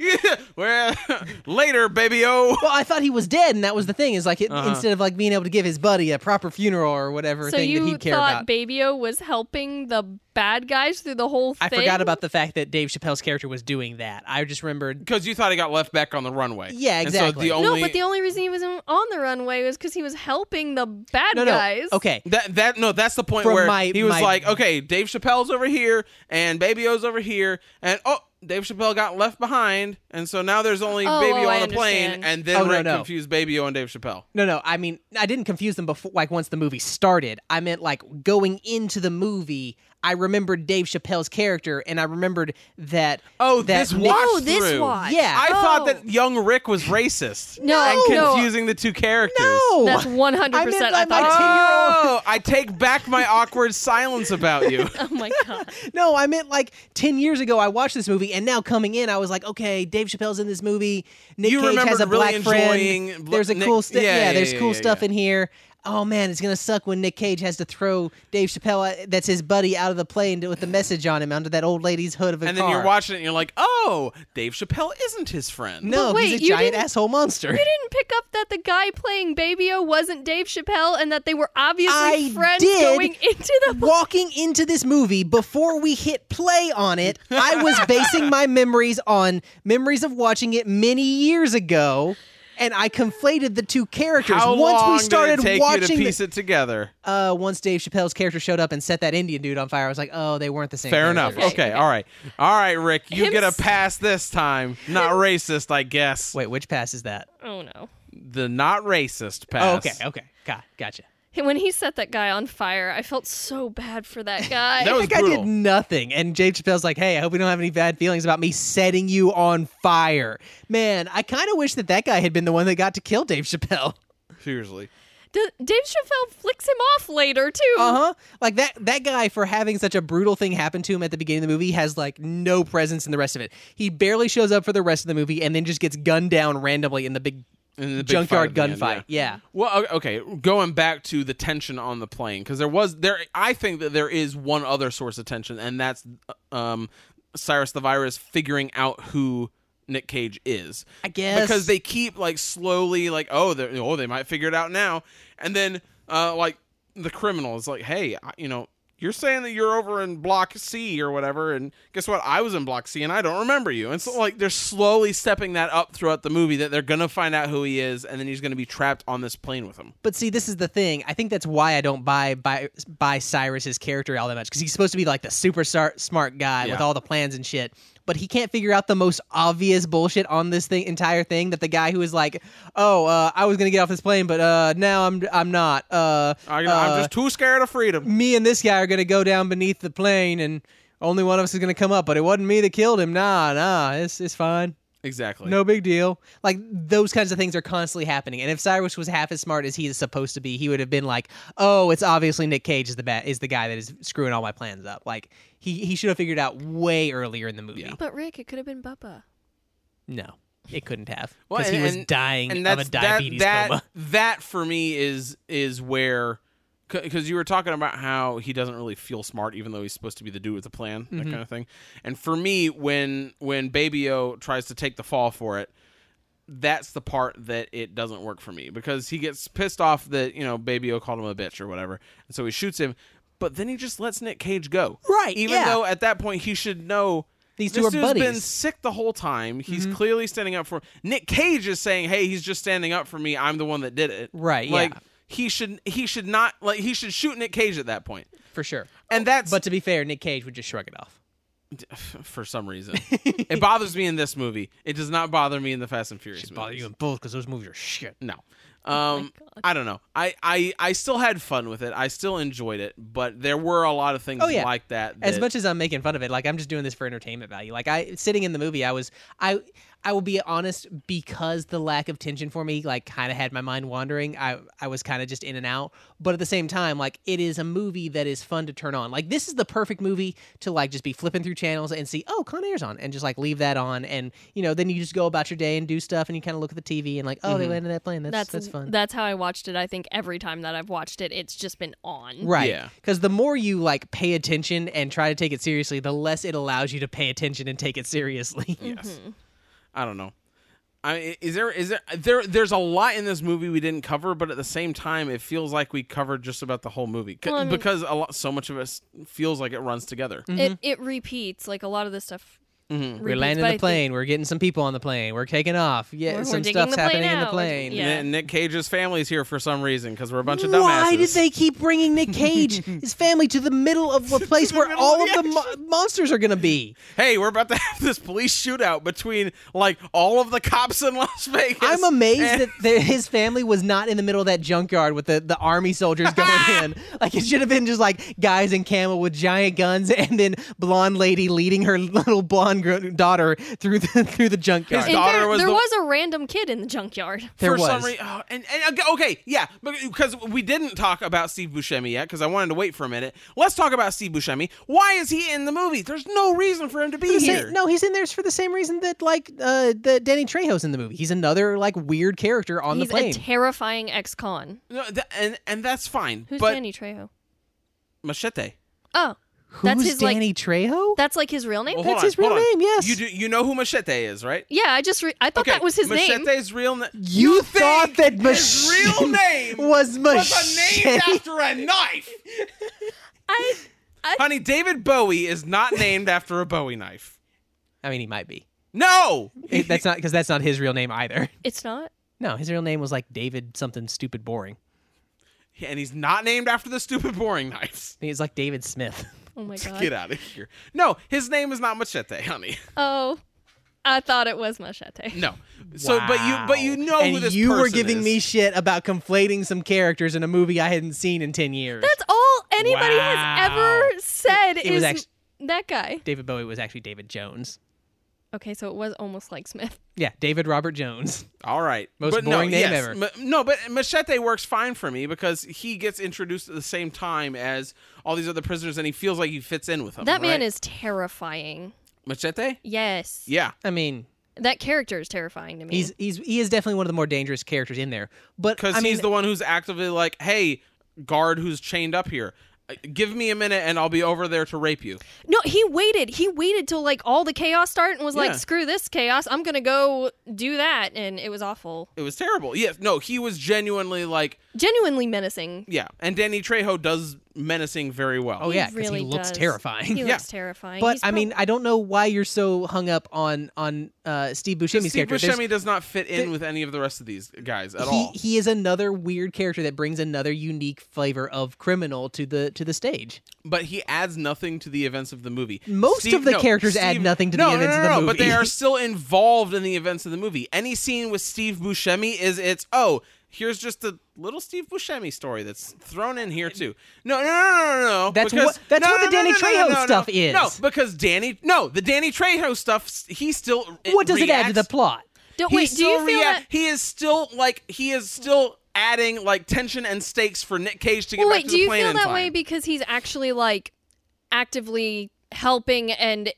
it.
well, *laughs* later, baby. Oh, *laughs*
Well, I thought he was dead, and that was the thing. Is like it,
Uh-huh.
instead of like being able to give his buddy a proper funeral *laughs* or whatever
So
thing that
you
he cared
thought
about.
Baby O was helping the bad guys through the whole
I
thing?
forgot about the fact that Dave Chappelle's character was doing that. I just remembered
because you thought he got left back on the runway.
Yeah,
And so the
exactly.
No,
only
but the only reason he was on the runway was because he was helping the bad
no, no,
guys.
okay.
that that no, that's the point
From
where
my-
he was
my-
like, okay, Dave Chappelle's over here and Baby O's over here, and oh, Dave Chappelle got left behind, and so now there's only
Oh,
Baby
oh,
on
I
the plane,
understand.
and then
Oh, no,
Rick
no.
confused Baby O and Dave Chappelle.
No, no. I mean, I didn't confuse them before. Like once the movie started, I meant like going into the movie. I remembered Dave Chappelle's character, and I remembered that.
Oh,
that
this
Nick-
watch
Oh, this
through.
watch.
Yeah.
I thought that
Oh.
young Rick was racist.
No,
and
no.
confusing the two characters.
No,
That's 100%
I meant
I
like my
thought-
ten-year-old.
Oh, I take back my
*laughs*
awkward silence about you.
Oh my god.
No, I meant like ten years ago. I watched this movie, and now coming in, I was like, okay, Dave Chappelle's in this movie. Nick
You
Cage
remembered
has a
really
black
enjoying
friend.
Bl-
There's a
Nick-
cool stuff.
yeah,
Yeah,
yeah,
there's
yeah,
cool
yeah,
stuff
yeah.
in here. Oh man, it's gonna suck when Nick Cage has to throw Dave Chappelle, uh, that's his buddy, out of the plane with the message on him onto that old lady's hood of a
And
car.
then you're watching it and you're like, oh, Dave Chappelle isn't his friend.
No,
But
he's
wait,
a
you
giant
didn't-
asshole monster.
You didn't pick up that the guy playing Baby O wasn't Dave Chappelle and that they were obviously
I
friends
did
going *laughs* into the
Walking into this movie before we hit play on it, I was basing my memories on memories of watching it many years ago, and I conflated the two characters.
How
once
long
we started
did it take you to
watching, the-
piece it together?
uh, once Dave Chappelle's character showed up and set that Indian dude on fire, I was like, oh, they weren't the same.
Fair enough.
characters.
Okay, all right, all right, Rick, you
Him
get a
s-
pass this time. Not racist, I guess.
Wait, which pass is that?
Oh no.
The not racist
Oh,
pass.
okay, okay, got, gotcha.
When he set that guy on fire, I felt so bad for
*laughs*
that guy.
That
I
was
think I
brutal.
did nothing. And Dave Chappelle's like, hey, I hope we don't have any bad feelings about me setting you on fire. Man, I kind of wish that that guy had been the one that got to kill Dave Chappelle. *laughs*
Seriously.
D- Dave Chappelle flicks him off later too.
Uh
Uh-huh.
huh. Like that that guy for having such a brutal thing happen to him at the beginning of the movie has like no presence in the rest of it. He barely shows up for the rest of the movie and then just gets gunned down randomly in the big
In the big
junkyard
fight at the
gunfight.
end,
yeah.
Well, o- okay. Going back to the tension on the plane, because there was there, I think that there is one other source of tension, and that's um, Cyrus the Virus figuring out who Nick Cage is.
I guess.
because they keep like slowly like oh they oh they might figure it out now, and then uh, like the criminal is like hey I- you know you're saying that you're over in block C or whatever, and guess what I was in block C and I don't remember you, and so like they're slowly stepping that up throughout the movie that they're gonna find out who he is, and then he's gonna be trapped on this plane with him.
But see, this is the thing. I think that's why I don't buy buy, buy Cyrus's character all that much because he's supposed to be like the super sar- smart guy with
Yeah.
all the plans and shit. But he can't figure out the most obvious bullshit on this thing entire thing that the guy who is like, "Oh, uh, I was gonna get off this plane, but uh, now I'm I'm not. Uh,
I,
uh,
I'm just too scared of freedom.
me and this guy are gonna go down beneath the plane, and only one of us is gonna come up. But it wasn't me that killed him. Nah, nah, it's it's fine."
Exactly.
No big deal. Like those kinds of things are constantly happening. And if Cyrus was half as smart as he is supposed to be, he would have been like, "Oh, it's obviously Nick Cage is the bat is the guy that is screwing all my plans up." Like he he should have figured out way earlier in the movie.
but Rick, it could have been Bubba.
No, it couldn't have
Well,
because he
and-
was
and-
dying
and
of
that's
a diabetes
that,
coma. *laughs*
That, that for me is is where because you were talking about how he doesn't really feel smart, even though he's supposed to be the dude with the plan, that
Mm-hmm.
kind of thing. And for me, when when Baby O tries to take the fall for it, that's the part that it doesn't work for me because he gets pissed off that you know Baby O called him a bitch or whatever, and so he shoots him. But then he just lets Nick Cage go,
Right,
Even
yeah.
though at that point he should know
These two
this
are
dude's been
buddies.
sick the whole time. He's
Mm-hmm.
clearly standing up for Nick Cage is saying, "Hey, he's just standing up for me. I'm the one that did it."
Right,
Like
yeah.
he should he should not like he should shoot Nick Cage at that point.
for sure.
And that's
But to be fair, Nick Cage would just shrug it off.
for some
*laughs*
reason. it bothers me in this movie. It does not bother me in the Fast and Furious.
Should bother
movies.
you Oh in both because those movies are shit.
No. Um, I don't know. I, I I still had fun with it. I still enjoyed it, but there were a lot of things
Oh, yeah.
like that.
as
that-
much as I'm making fun of it, like I'm just doing this for entertainment value. Like I sitting in the movie, I was I I will be honest because the lack of tension for me like kind of had my mind wandering. I I was kind of just in and out, but at the same time, like it is a movie that is fun to turn on. Like this is the perfect movie to like just be flipping through channels and see oh Con Air's on and just like leave that on and you know then you just go about your day and do stuff and you kind of look at the TV and like oh they landed that plane that's
That's
that's fun.
That's how I watched it. I think every time that I've watched it, it's just been on.
Right.
Yeah.
Because the more you like pay attention and try to take it seriously, the less it allows you to pay attention and take it seriously.
Yes. I don't know. I is there is there there there's a lot in this movie we didn't cover, but at the same time, it feels like we covered just about the whole movie C-
Well, I mean-
Mm-hmm.
because a lot so much of us feels like it runs together.
It it repeats like a lot of this stuff
We're
Repeats
landing
by
the plane. We're getting some people on the plane. We're taking off. Yeah,
We're- we're
some
digging
stuff's
the plane
happening in the
out.
plane.
Yeah.
Ni- Nick Cage's family's here for some reason because we're a bunch of dumbasses.
Why did they keep bringing Nick
*laughs*
Cage, his family, to the middle of a place where all of the mo- monsters are going to be?
Hey, we're about to *laughs* have this police shootout between like all of the cops in Las Vegas. *laughs*
I'm amazed
And-
that the, his family was not in the middle of that junkyard with the, the army soldiers going in. Like it should have been just like guys in camo with giant guns, *laughs* and then blonde lady leading her *laughs* little blonde gr- daughter through the *laughs* through the junkyard.
His
In
daughter
fact,
was
there
the-
was a random kid in the junkyard.
there
for some
was.
reason, oh, and, and okay- okay, yeah, because we didn't talk about Steve Buscemi yet because I wanted to wait for a minute. Let's talk about Steve Buscemi. Why is he in the movie? There's no reason for him to be
He's in-
here.
no, he's in there for the same reason that like uh, the Danny Trejo's in the movie. He's another like weird character on
He's
the plane.
a terrifying ex-con.
No, th- and and that's fine.
Who's
but
Danny Trejo?
Machete.
Oh, that's
Who's
his
Danny
like
Trejo?
that's like his real name.
Well, hold
That's
on,
his real
hold on.
name, yes.
you do. You know who Machete is, right?
yeah, I just re- I thought that was his
Machete's
name.
real name.
You thought that
his real
machete
name
*laughs*
was
was
named
Machete.
after a knife.
I
Honey, David Bowie is not named after a Bowie knife.
*laughs* I mean, he might be. *laughs*
No.
It- that's not because that's not his real name either.
it's not.
No, his real name was like David something stupid boring.
And he's not named after the stupid boring knives.
He's like David Smith.
Oh my god.
Get out of here. No, his name is not Machete, honey.
Oh, I thought it was Machete.
No. So, but you, but you know
and
Oh, who this
you were
person
giving
is.
me shit about conflating some characters in a movie I hadn't seen in ten years.
That's all anybody has
Wow.
ever said
it
is
was actu-
that guy.
David Bowie was actually David Jones.
Okay, so it was almost like Smith.
Yeah, David Robert Jones.
All right.
Most
but
boring
no,
name
yes.
ever.
Ma- no, but Machete works fine for me because he gets introduced at the same time as all these other prisoners and he feels like he fits in with them.
That man
right?
is terrifying.
Machete?
Yes.
Yeah.
I mean,
That character is terrifying to me.
he's he's he is definitely one of the more dangerous characters in there. But
Because
I mean,
he's the one who's actively like, hey, guard who's chained up here, uh, give me a minute and I'll be over there to rape you.
no, he waited. He waited till like all the chaos started and was
Yeah.
like, "Screw this chaos! I'm gonna go do that." And it was awful,
It was terrible. Yes. No, he was genuinely like,
genuinely menacing.
yeah. And Danny Trejo does menacing very well.
oh yeah,
he
'cause
really
he looks
does.
terrifying.
He
*laughs* Yeah.
looks terrifying.
But
He's
I
prob-
mean, I don't know why you're so hung up on on uh, Steve Buscemi's
Steve
character. There's-
Buscemi does not fit in with any of the rest of these guys at
he,
all.
he is another weird character that brings another unique flavor of criminal to the to the stage.
but he adds nothing to the events of the movie.
Most of the characters add nothing to the
no, no,
events
no,
of the
no, But they
movie.
are still involved in the events of the movie. Any scene with Steve Buscemi is it's oh here's just a little Steve Buscemi story that's thrown in here too. No, no, no, no, no, no.
That's
because,
what- that's
no,
what
no, no,
the Danny
no, no,
Trejo
no, no, no.
stuff
No,
is.
because Danny, no, the Danny Trejo stuff. He still
What does it add to
reacts-
the plot?
don't
he
wait. Do you
still
feel
react-
that?
he is still like he is still adding like tension and stakes for Nick Cage to get
Well,
back
wait.
to
Do
the
you
plane
feel
in
that
time.
way because he's actually like actively helping and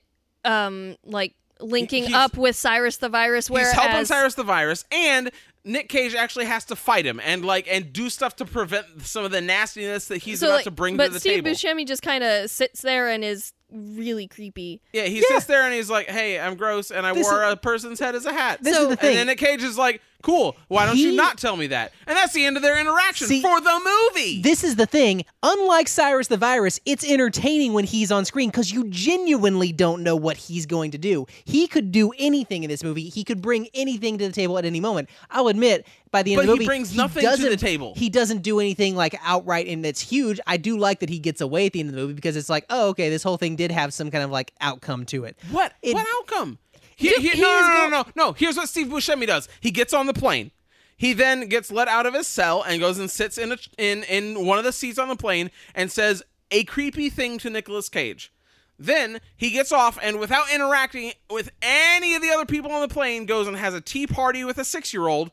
um like linking
he's-
up with Cyrus the Virus? Whereas
he's helping Cyrus the Virus, and Nick Cage actually has to fight him and like and do stuff to prevent some of the nastiness that he's
so,
about
like,
to bring
but
to the
Steve
table.
Buscemi just kind of sits there and is really creepy.
yeah, he sits there and he's like, "Hey, I'm gross, and I
This
wore
is-
a person's head as a hat."
this is the
And
thing.
then Nick Cage is like, "Cool, why don't you
He-
not tell me that?" And that's the end of their interaction
See-
for the movie.
This is the thing. Unlike Cyrus the Virus, it's entertaining when he's on screen because you genuinely don't know what he's going to do. He could do anything in this movie. He could bring anything to the table at any moment. I'll admit, by the
But
end of the
he
movie,
brings nothing to
doesn't-
the table.
He doesn't do anything like outright and that's huge. I do like that he gets away at the end of the movie because it's like, oh, okay, this whole thing did have some kind of like outcome to it.
what?
It-
what outcome? He,
Dude,
he- no,
he's
no, no, no,
go-
no, no. Here's what Steve Buscemi does. He gets on the plane. He then gets let out of his cell and goes and sits in a, in in one of the seats on the plane and says a creepy thing to Nicolas Cage. Then he gets off and without interacting with any of the other people on the plane goes and has a tea party with a 6-year-old.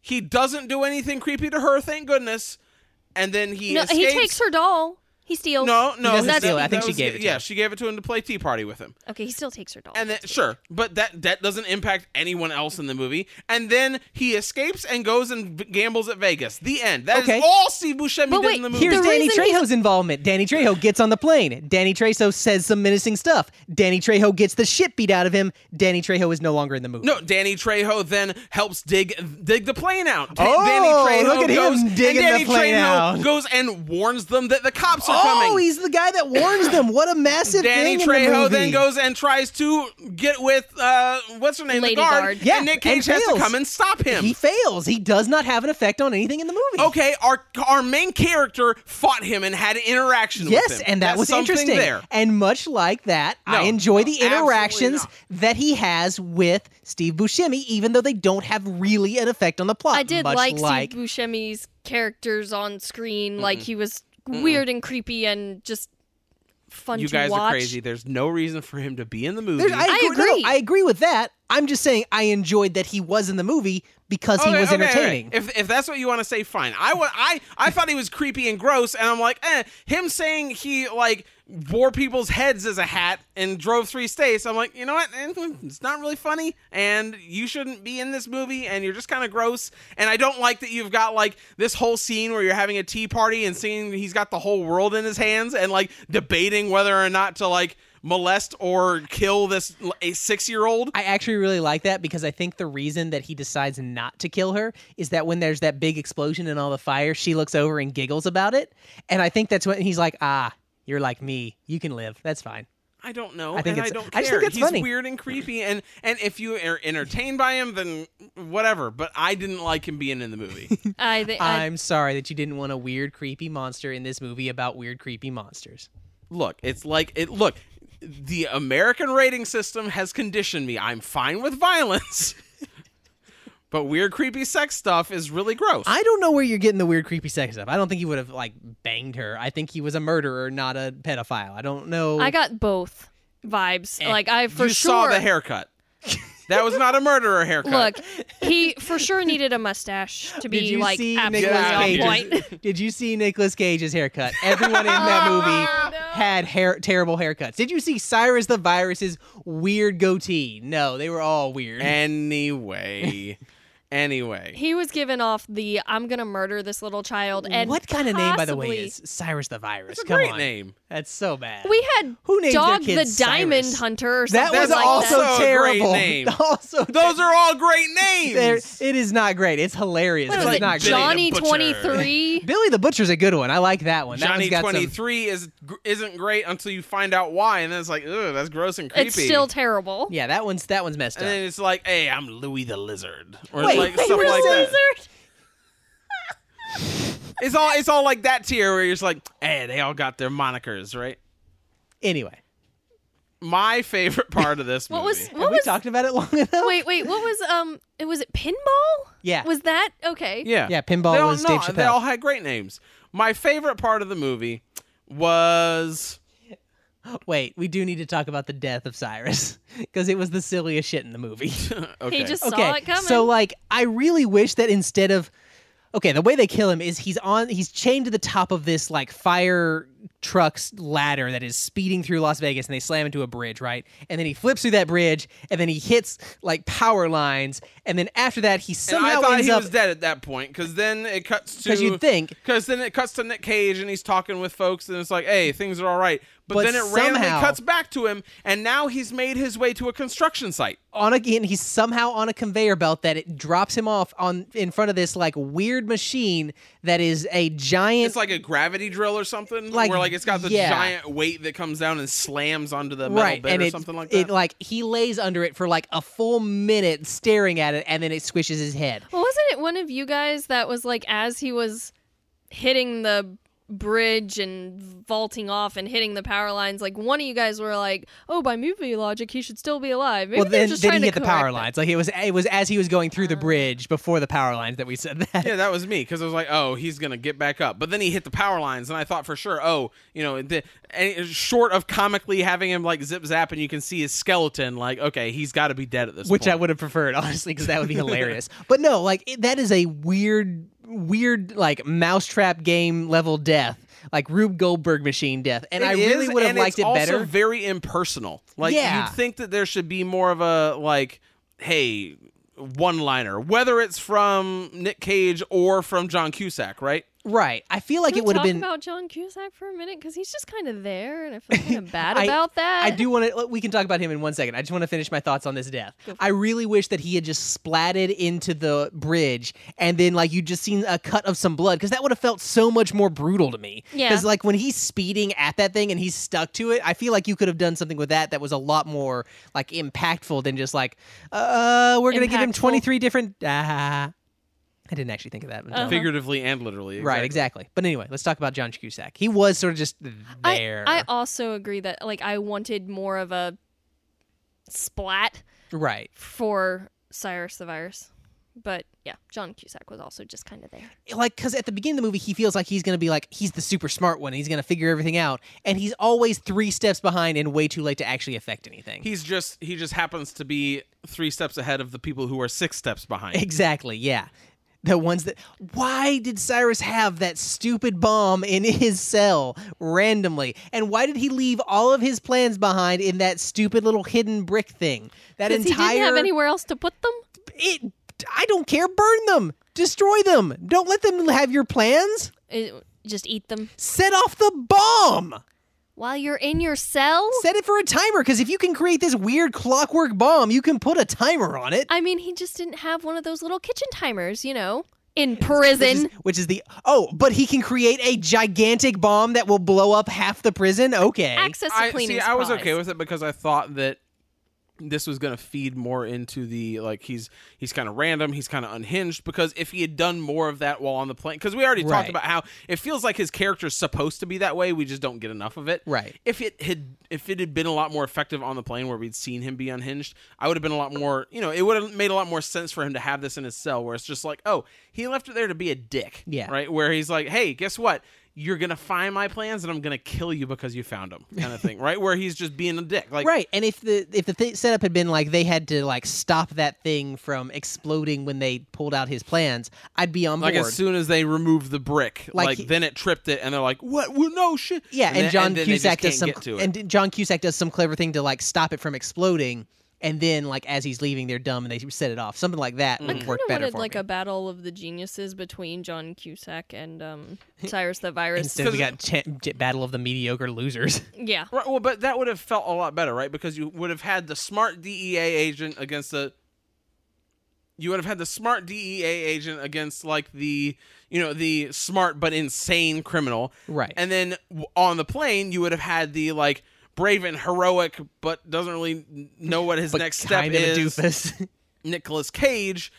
He doesn't do anything creepy to her, thank goodness. And then he
no, he
escapes-
takes her doll. He steals.
No, no,
doesn't
that-
steal it. I
that
think she
was-
gave it to
Yeah,
him.
she gave it to him to play tea party with him.
Okay, he still takes her doll.
And then sure, but that that doesn't impact anyone else in the movie. And then he escapes and goes and v- gambles at Vegas. The end. That is
Okay.
all Steve Buscemi
But
did
wait,
in the movie.
Here's
The
Danny
reason he's-
Trejo's involvement. Danny Trejo gets on the plane. Danny Trejo says some menacing stuff. Danny Trejo gets the shit beat out of him. Danny Trejo is no longer in the movie.
no, Danny Trejo then helps dig dig the plane out.
Oh,
Danny Trejo
look at him
goes,
digging
and Danny
the plane
Trejo
out.
Goes and warns them that the cops are are coming.
Oh, he's the guy that warns them. What a massive
Danny
thing in the
Trejo then
movie.
goes and tries to get with uh, what's her name,
Lady
the guard,
Guard.
Yeah,
and Nick
and
Cage has to
fails.
come and stop him.
He fails. He does not have an effect on anything in the movie.
okay, our our main character fought him and had an interaction with
Yes,
him.
and that
That's
was
something
interesting.
There.
And much like that, I
No,
enjoy
no,
the
absolutely
interactions
not.
that he has with Steve Buscemi, even though they don't have really an effect on the plot. *laughs*
I did
much
like,
like,
Steve Buscemi's characters on screen. Like he was weird and creepy and just fun
You
to
guys
watch.
are crazy. There's no reason for him to be in the movie.
There's- I,
I
agree. no,
agree.
I agree with that. I'm just saying I enjoyed that he was in the movie because he
Okay,
was
okay, okay.
entertaining.
If, if that's what you want to say, fine. I, wa- I, I thought he was creepy and gross, and I'm like, eh. Him saying he like wore people's heads as a hat and drove three states. I'm like, you know what? Eh, It's not really funny, and you shouldn't be in this movie, and you're just kind of gross. And I don't like that you've got like this whole scene where you're having a tea party and seeing he's got the whole world in his hands and like debating whether or not to like molest or kill this l- a six year old.
I actually really like that because I think the reason that he decides not to kill her is that when there's that big explosion and all the fire, she looks over and giggles about it. And I think that's when he's like, ah, you're like me. You can live. That's fine.
I don't know.
I think
and
it's-
I don't care.
I just think it's
He's
funny.
weird and creepy, and and if you are entertained by him, then whatever. But I didn't like him being in the movie.
*laughs*
I, thi- I,
I'm sorry that you didn't want a weird, creepy monster in this movie about weird, creepy monsters.
look, it's like it. Look, the American rating system has conditioned me. I'm fine with violence, *laughs* but weird, creepy sex stuff is really gross.
I don't know where you're getting the weird, creepy sex stuff. I don't think he would have like banged her. I think he was a murderer, not a pedophile. I don't know.
I got both vibes.
Eh.
Like I for
you
sure
saw the haircut. That was not a murderer haircut.
Look,
*laughs*
he for sure needed a mustache to
did
be
you
like
see
absolutely
Nicolas
Yeah.
on
Cage's-
point. Oh,
Cage's, *laughs* Did you see Nicolas Cage's haircut? Everyone in
*laughs*
that movie had hair terrible haircuts. Did you see Cyrus the Virus's weird goatee? No, they were all weird. *laughs*
Anyway, anyway,
He was given off the "I'm gonna murder this little child." And
what kind of name, by the way,
possibly-
is Cyrus the Virus?
it's a
Come
great
on.
name.
That's so bad.
we had
Who names their
Dog the
kids
Diamond
Cyrus?
Hunter? Or
that
something
was
like
also
that.
a great
terrible.
name.
*laughs* Also,
Those are all great
*laughs* there-
names.
it is not great. It's hilarious.
What
but
was
it's
it,
not great.
Johnny
Butcher.
*laughs*
Twenty Three.
Billy the Butcher's a good one. I like that one. That
Johnny
one's got some-
twenty three is isn't great until you find out why, and then it's like, ugh, that's gross and creepy.
It's still terrible.
yeah, that one's that one's messed
and
up.
then it's like, hey, I'm Louis the Lizard, or
Wait,
like
wait,
stuff
really?
like that.
Lizard?
It's all it's all like that tier where you're just like, hey, they all got their monikers, right?
anyway,
My favorite part of this movie.
*laughs* What was
have
what
we
was?
talked about it long *laughs* enough?
Wait, wait. What was um? It was it pinball?
Yeah.
Was that okay?
Yeah,
Yeah, Pinball
They all,
was
no,
Dave
They
Chappelle.
all had great names. My favorite part of the movie was
Wait, we do need to talk about the death of Cyrus *laughs* because it was the silliest shit in
*laughs*
the movie.
okay.
He just saw
okay,
it coming.
so uh, like, I really wish that instead of okay, the way they kill him is he's on he's chained to the top of this like fire truck's ladder that is speeding through Las Vegas, and they slam into a bridge, right? And then he flips through that bridge, and then he hits like power lines, and then after that he
And
somehow
I thought
ends
he
up
was dead at that point because then it cuts to
'Cause you'd think.
because then it cuts to Nick Cage and he's talking with folks and it's like hey things are all right but,
But
then it randomly
somehow-
cuts back to him and now he's made his way to a construction site
on again he's somehow on a conveyor belt that it drops him off on in front of this like weird machine that is a giant
it's like a gravity drill or something
Like,
where like it's got the
yeah.
giant weight that comes down and slams onto the metal
right
bit
and
or
it,
something like
it
that
like he lays under it for like a full minute staring at it and then it squishes his head
Well, wasn't it one of you guys that was like, as he was hitting the bridge and vaulting off and hitting the power lines, like one of you guys were like, "Oh, by movie logic, he should still be alive." Maybe
well
they're
then,
just
then
trying
he
to
hit the power
correct it. Uh.
lines like it was it was as he was going through the bridge before the power lines that we said that
yeah, that was me because I was like, "Oh, he's gonna get back up," but then he hit the power lines, and I thought for sure, "Oh, you know, the, and short of comically having him like zip zap, and you can see his skeleton, like, okay, he's got to be dead at this
*laughs* which
point."
I would have preferred *laughs* honestly because that would be hilarious. But no, like it, that is a weird, weird like mousetrap game level death, like Rube Goldberg machine death, and I
It
really
is,
would have
and
liked
it's
it
also
better.
Very impersonal. Like
Yeah.
you'd think that there should be more of a like, hey, one liner, whether it's from Nick Cage or from John Cusack, right?
Right. I feel like
Can
it
we
would have
talk
been.
about John Cusack for a minute because he's just kind of there, and
*laughs*
I feel kind of bad
I-
about that.
I do want to. We can talk about him in one second. I just want to finish my thoughts on this death. I really wish that he had just splatted into the bridge and then like you just seen a cut of some blood because that would have felt so much more brutal to me.
Yeah.
Because like when he's speeding at that thing and he's stuck to it, I feel like you could have done something with that that was a lot more like impactful than just like, uh, we're gonna give him
Impactful.
twenty three different. *laughs* Ah, I didn't actually think of that.
Oh.
until-
figuratively and literally.
Uh-huh. Right, exactly. But anyway, let's talk about John Cusack. He was sort of just there.
I, I also agree that like I wanted more of a splat
right.
for Cyrus the Virus, but yeah, John Cusack was also just kind of there.
like because at the beginning of the movie he feels like he's gonna be like he's the super smart one and he's gonna figure everything out and he's always three steps behind and way too late to actually affect anything
He's just he just happens to be three steps ahead of the people who are six steps behind.
*laughs* exactly yeah the ones that why did cyrus have that stupid bomb in his cell randomly and why did he leave all of his plans behind in that stupid little hidden brick thing that
Because
entire
he didn't have anywhere else to put them.
it, i don't care burn them destroy them don't let them have your plans
It- just eat them
set off the bomb
while you're in your cell.
Set it for a timer because if you can create this weird clockwork bomb, you can put a timer on it.
I mean, he just didn't have one of those little kitchen timers, you know, in
Which is,
prison.
which is the oh, but he can create a gigantic bomb that will blow up half the prison. Okay,
Access to
I
cleaning
see.
supplies.
I was okay with it because I thought that this was going to feed more into the like he's he's kind of random, he's kind of unhinged. Because if he had done more of that while on the plane, because we already
Right.
talked about how it feels like his character's supposed to be that way, we just don't get enough of it.
Right.
If it had if it had been a lot more effective on the plane where we'd seen him be unhinged, I would have been a lot more. You know, it would have made a lot more sense for him to have this in his cell where it's just like, oh, he left it there to be a dick.
Yeah.
Right. Where he's like, hey, guess what? You're gonna find my plans, and I'm gonna kill you because you found them, kind of thing, right? Where he's just being a dick, like
right. And if the if the th- setup had been like they had to like stop that thing from exploding when they pulled out his plans, I'd be on
Like
board.
as soon as they remove the brick,
Like
like,
he-
then it tripped it, and they're like, "What? Well, no shit."
yeah, and,
then-
John
then they just
Cusack does
can't
some
get to it.
and John Cusack does some clever thing to like stop it from exploding. And then, like as he's leaving, they're dumb and they set it off. Something like that would work
Kind of
better
wanted
for
like
me.
a battle of the geniuses between John Cusack and um, Cyrus the Virus.
Instead, we got cha- j- battle of the mediocre *laughs* losers.
yeah,
Right, well, but that would have felt a lot better, right? Because you would have had the smart DEA agent against the. You would have had the smart DEA agent against like the you know the smart but insane criminal,
Right.
And then w- on the plane, you would have had the like brave and heroic but doesn't really n- know what his
But
next step
kind of
is.
a *laughs* doofus.
Nicolas Cage,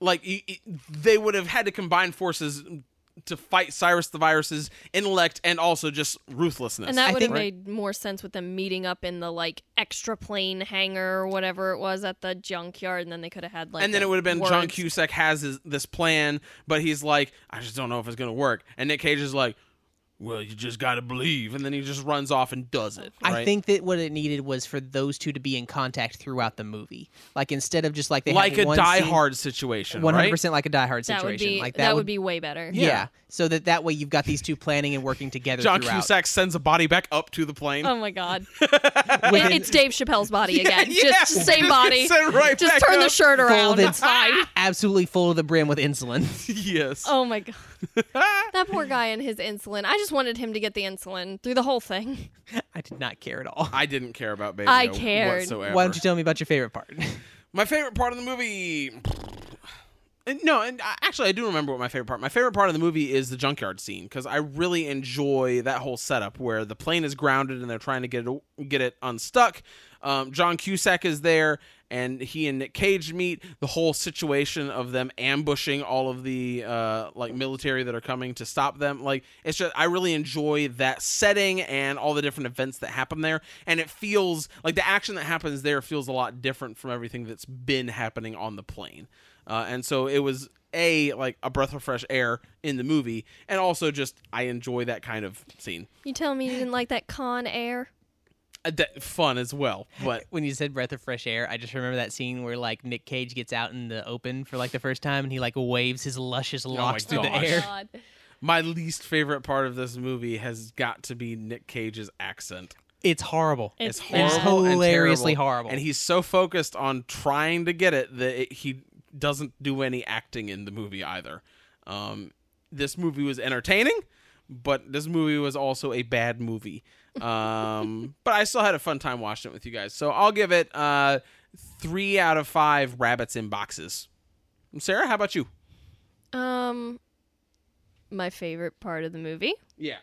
like y- y- they would have had to combine forces to fight Cyrus the Virus's intellect and also just ruthlessness.
and that
I
would have
think-
made more sense with them meeting up in the like extra plane hangar or whatever it was at the junkyard, and then they could have had like.
and then
a
it would have been John
words-
Cusack has his, this plan, but he's like, I just don't know if it's gonna work. And Nick Cage is like, Well, you just gotta believe. And then he just runs off and does it.
I
right?
think that what it needed was for those two to be in contact throughout the movie. Like instead of just like they
like a
had one
Die Hard situation,
one hundred
right?
percent like a Die Hard
That
situation.
would be
like
that, would, be way better.
yeah. So that that way you've got these two planning and working together.
John
throughout.
Cusack sends a body back up to the plane. *laughs*
*laughs* Oh my god! It- it's Dave Chappelle's body again. just
yeah.
same
Just
body.
send right
just
back
turn the
up.
shirt
Fold
around. *laughs* It's fine.
*laughs* absolutely full to the brim with insulin.
*laughs*
*laughs*
yes.
Oh my god. that poor guy and his insulin. I just wanted him to get the insulin through the whole thing. *laughs*
I did not care at all.
*laughs* I didn't care about Baby
I
Yoda
cared.
whatsoever.
Why don't you tell me about your favorite part? *laughs*
My favorite part of the movie. And no, and I- actually, I do remember what my favorite part. My favorite part of the movie is the junkyard scene because I really enjoy that whole setup where the plane is grounded and they're trying to get it get it unstuck. Um, John Cusack is there, and he and Nick Cage meet. The whole situation of them ambushing all of the uh, like military that are coming to stop them. Like it's just I really enjoy that setting and all the different events that happen there. And it feels like the action that happens there feels a lot different from everything that's been happening on the plane. Uh, and so it was a like a breath of fresh air in the movie, and also just I enjoy that kind of scene.
You telling me you didn't like that con air?
Uh, that fun as well, but
when you said breath of fresh air, I just remember that scene where like Nick Cage gets out in the open for like the first time and he like waves his luscious locks through
Oh gosh.
the air.
Oh God.
my least favorite part of this movie has got to be Nick Cage's accent.
It's horrible.
It's
bad. It's
horrible, and
hilariously
terrible,
horrible.
and he's so focused on trying to get it that it, he doesn't do any acting in the movie either. Um, this movie was entertaining, but this movie was also a bad movie.
*laughs*
Um, but I still had a fun time watching it with you guys. So I'll give it uh, three out of five rabbits in boxes. Sarah, how about you?
Um, my favorite part of the movie *laughs*
Yeah.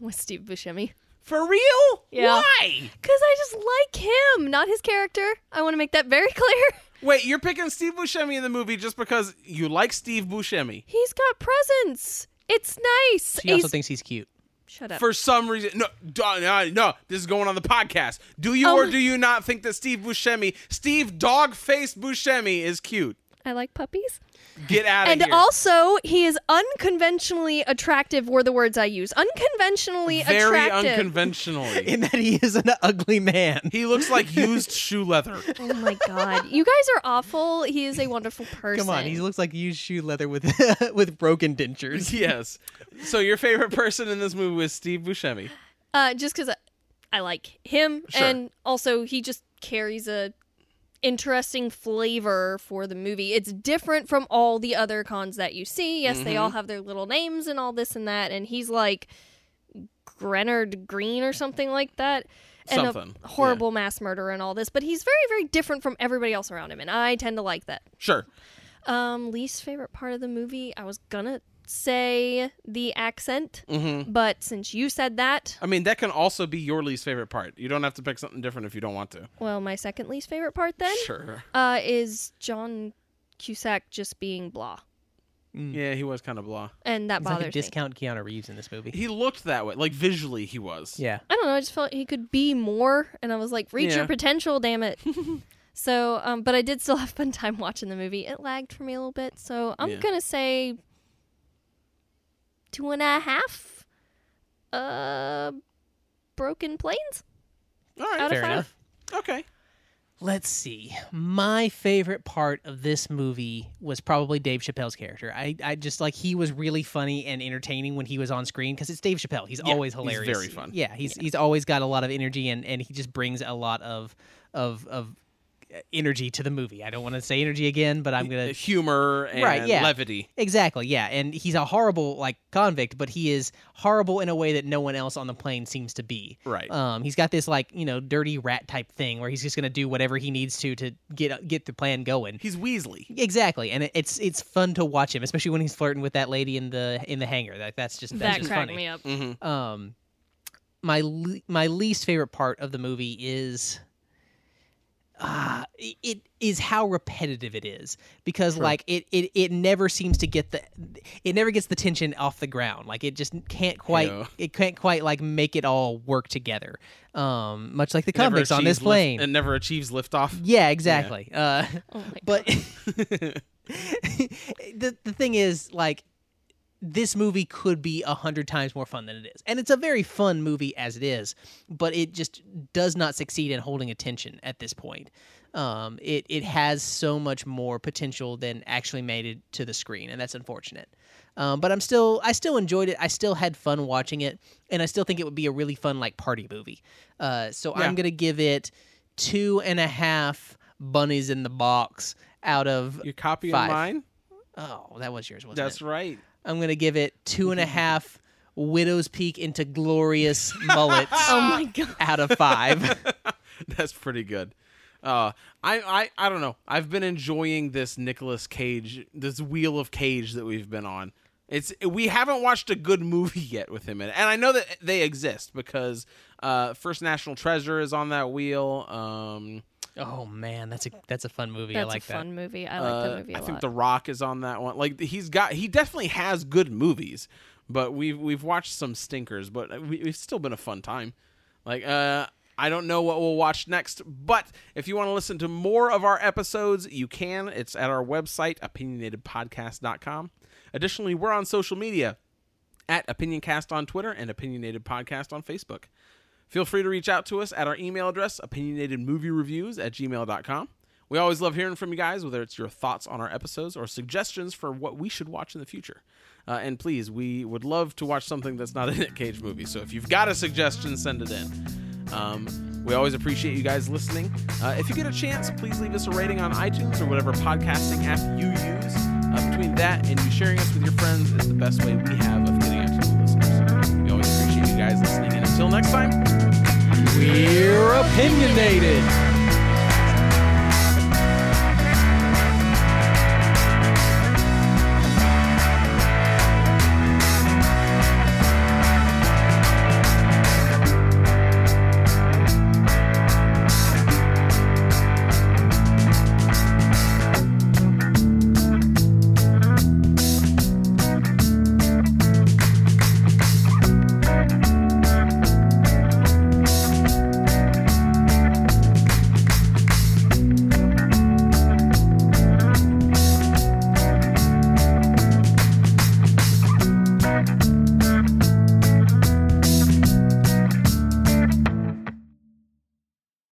was Steve Buscemi.
For real?
Yeah.
Why?
Because I just like him, not his character. I want to make that very *laughs* clear.
Wait, you're picking Steve Buscemi in the movie just because you like Steve Buscemi.
He's got presence. It's nice.
She also
He's-
thinks he's *laughs* cute.
Shut up.
For some reason, no, d- no, no, this is going on the podcast. Do you or
Oh.
do you not think that Steve Buscemi, Steve dog faced Buscemi, is cute?
I like puppies.
Get out of
And
here.
also, he is unconventionally attractive. Were the words I use unconventionally
Very
attractive? *laughs*
unconventionally.
In that he is an ugly man.
he looks like used shoe leather. *laughs*
oh my god, you guys are awful. He is a wonderful person.
*laughs* *laughs* Come on, he looks like used shoe leather with *laughs* with broken dentures.
Yes. So your favorite person in this movie was Steve Buscemi.
uh, just because I, I like him,
Sure.
and also he just carries a interesting flavor for the movie. It's different from all the other cons that you see. Yes, they
Mm-hmm.
all have their little names and all this and that, and he's like Grenard Green or something like that. And
Something,
a horrible mass murderer and all this, but he's very, very different from everybody else around him, and I tend to like that.
Sure.
Um, least favorite part of the movie, I was gonna say the accent,
Mm-hmm.
but since you said that,
I mean, that can also be your least favorite part. You don't have to pick something different if you don't want to.
Well, my second least favorite part then
Sure.
uh, is John Cusack just being blah,
Mm. Yeah, he was kind of blah.
and that
He's
bothers
like a
me.
discount Keanu Reeves in this movie.
He looked that way. Like visually, he was.
Yeah.
I don't know. I just felt he could be more, and I was like, reach
Yeah.
your potential,
*laughs*
damn it. so, um, but I did still have fun time watching the movie. It lagged for me a little bit, so I'm
Yeah.
gonna say two and a half. Uh, broken planes
All right.
out
Fair
of five.
enough.
Okay.
Let's see. My favorite part of this movie was probably Dave Chappelle's character. I, I just like he was really funny and entertaining when he was on screen because it's Dave Chappelle. He's always
he's
hilarious.
very fun.
Yeah, he's he's always got a lot of energy and, and he just brings a lot of of of uh, energy to the movie. I don't want to say energy again, but
uh,
I'm gonna
Humor and
Right, yeah.
levity.
Exactly, yeah. And he's a horrible like convict, but he is horrible in a way that no one else on the plane seems to be.
Right.
Um he's got this like, you know, dirty rat type thing where he's just going to do whatever he needs to to get uh, get the plan going.
He's Weasley.
Exactly. And it, it's it's fun to watch him, especially when he's flirting with that lady in the in the hangar. Like that's just that's
That
just
cracked
funny
me up.
um my le- my least favorite part of the movie is uh, it is how repetitive it is because like it, it it never seems to get the it never gets the tension off the ground like it just can't quite
Yeah.
it can't quite like make it all work together um much like the
Never
convicts on
achieves
this
lift-
plane
and never achieves liftoff.
yeah, exactly. Uh, *laughs*
Oh my
*laughs*
but the the thing is, like, this movie could be a hundred times more fun than it is, and it's a very fun movie as it is. But it just does not succeed in holding attention at this point. Um, it it has so much more potential than actually made it to the screen, and that's unfortunate. Um, but I'm still I still enjoyed it. I still had fun watching it, and I still think it would be a really fun like party movie. Uh, so I'm gonna give it two and a half bunnies in the box out of
You're copying
Five.
mine.
oh that was yours wasn't
That's
it?
right. *laughs*
I'm gonna give it two and a half widow's peak into glorious mullets
Oh my god!
out of five.
That's pretty good. Uh, I, I I don't know. I've been enjoying this Nicolas Cage, this wheel of Cage that we've been on. It's we haven't watched a good movie yet with him in it, and I know that they exist because uh, First National Treasure is on that wheel. Um,
oh man, that's a that's a fun movie.
That's
I like
a
that.
fun movie. I like
uh,
that movie a
I
lot.
think The Rock is on that one. Like he's got, he definitely has good movies, but we've we've watched some stinkers, but we, it's still been a fun time. Like uh, I don't know what we'll watch next, but if you want to listen to more of our episodes, you can. It's at our website opinionatedpodcast.com. Additionally, we're on social media at opinioncast on Twitter and opinionated podcast on Facebook. Feel free to reach out to us at our email address, opinionatedmoviereviews at gmail.com. We always love hearing from you guys, whether it's your thoughts on our episodes or suggestions for what we should watch in the future. Uh, and please, we would love to watch something that's not *laughs* a Nick Cage movie. So if you've got a suggestion, send it in. Um, we always appreciate you guys listening. Uh, if you get a chance, please leave us a rating on iTunes or whatever podcasting app you use. Uh, Uh, between that and you sharing us with your friends is the best way we have of getting out to the listeners. We always appreciate you guys listening. And until next time, we're opinionated.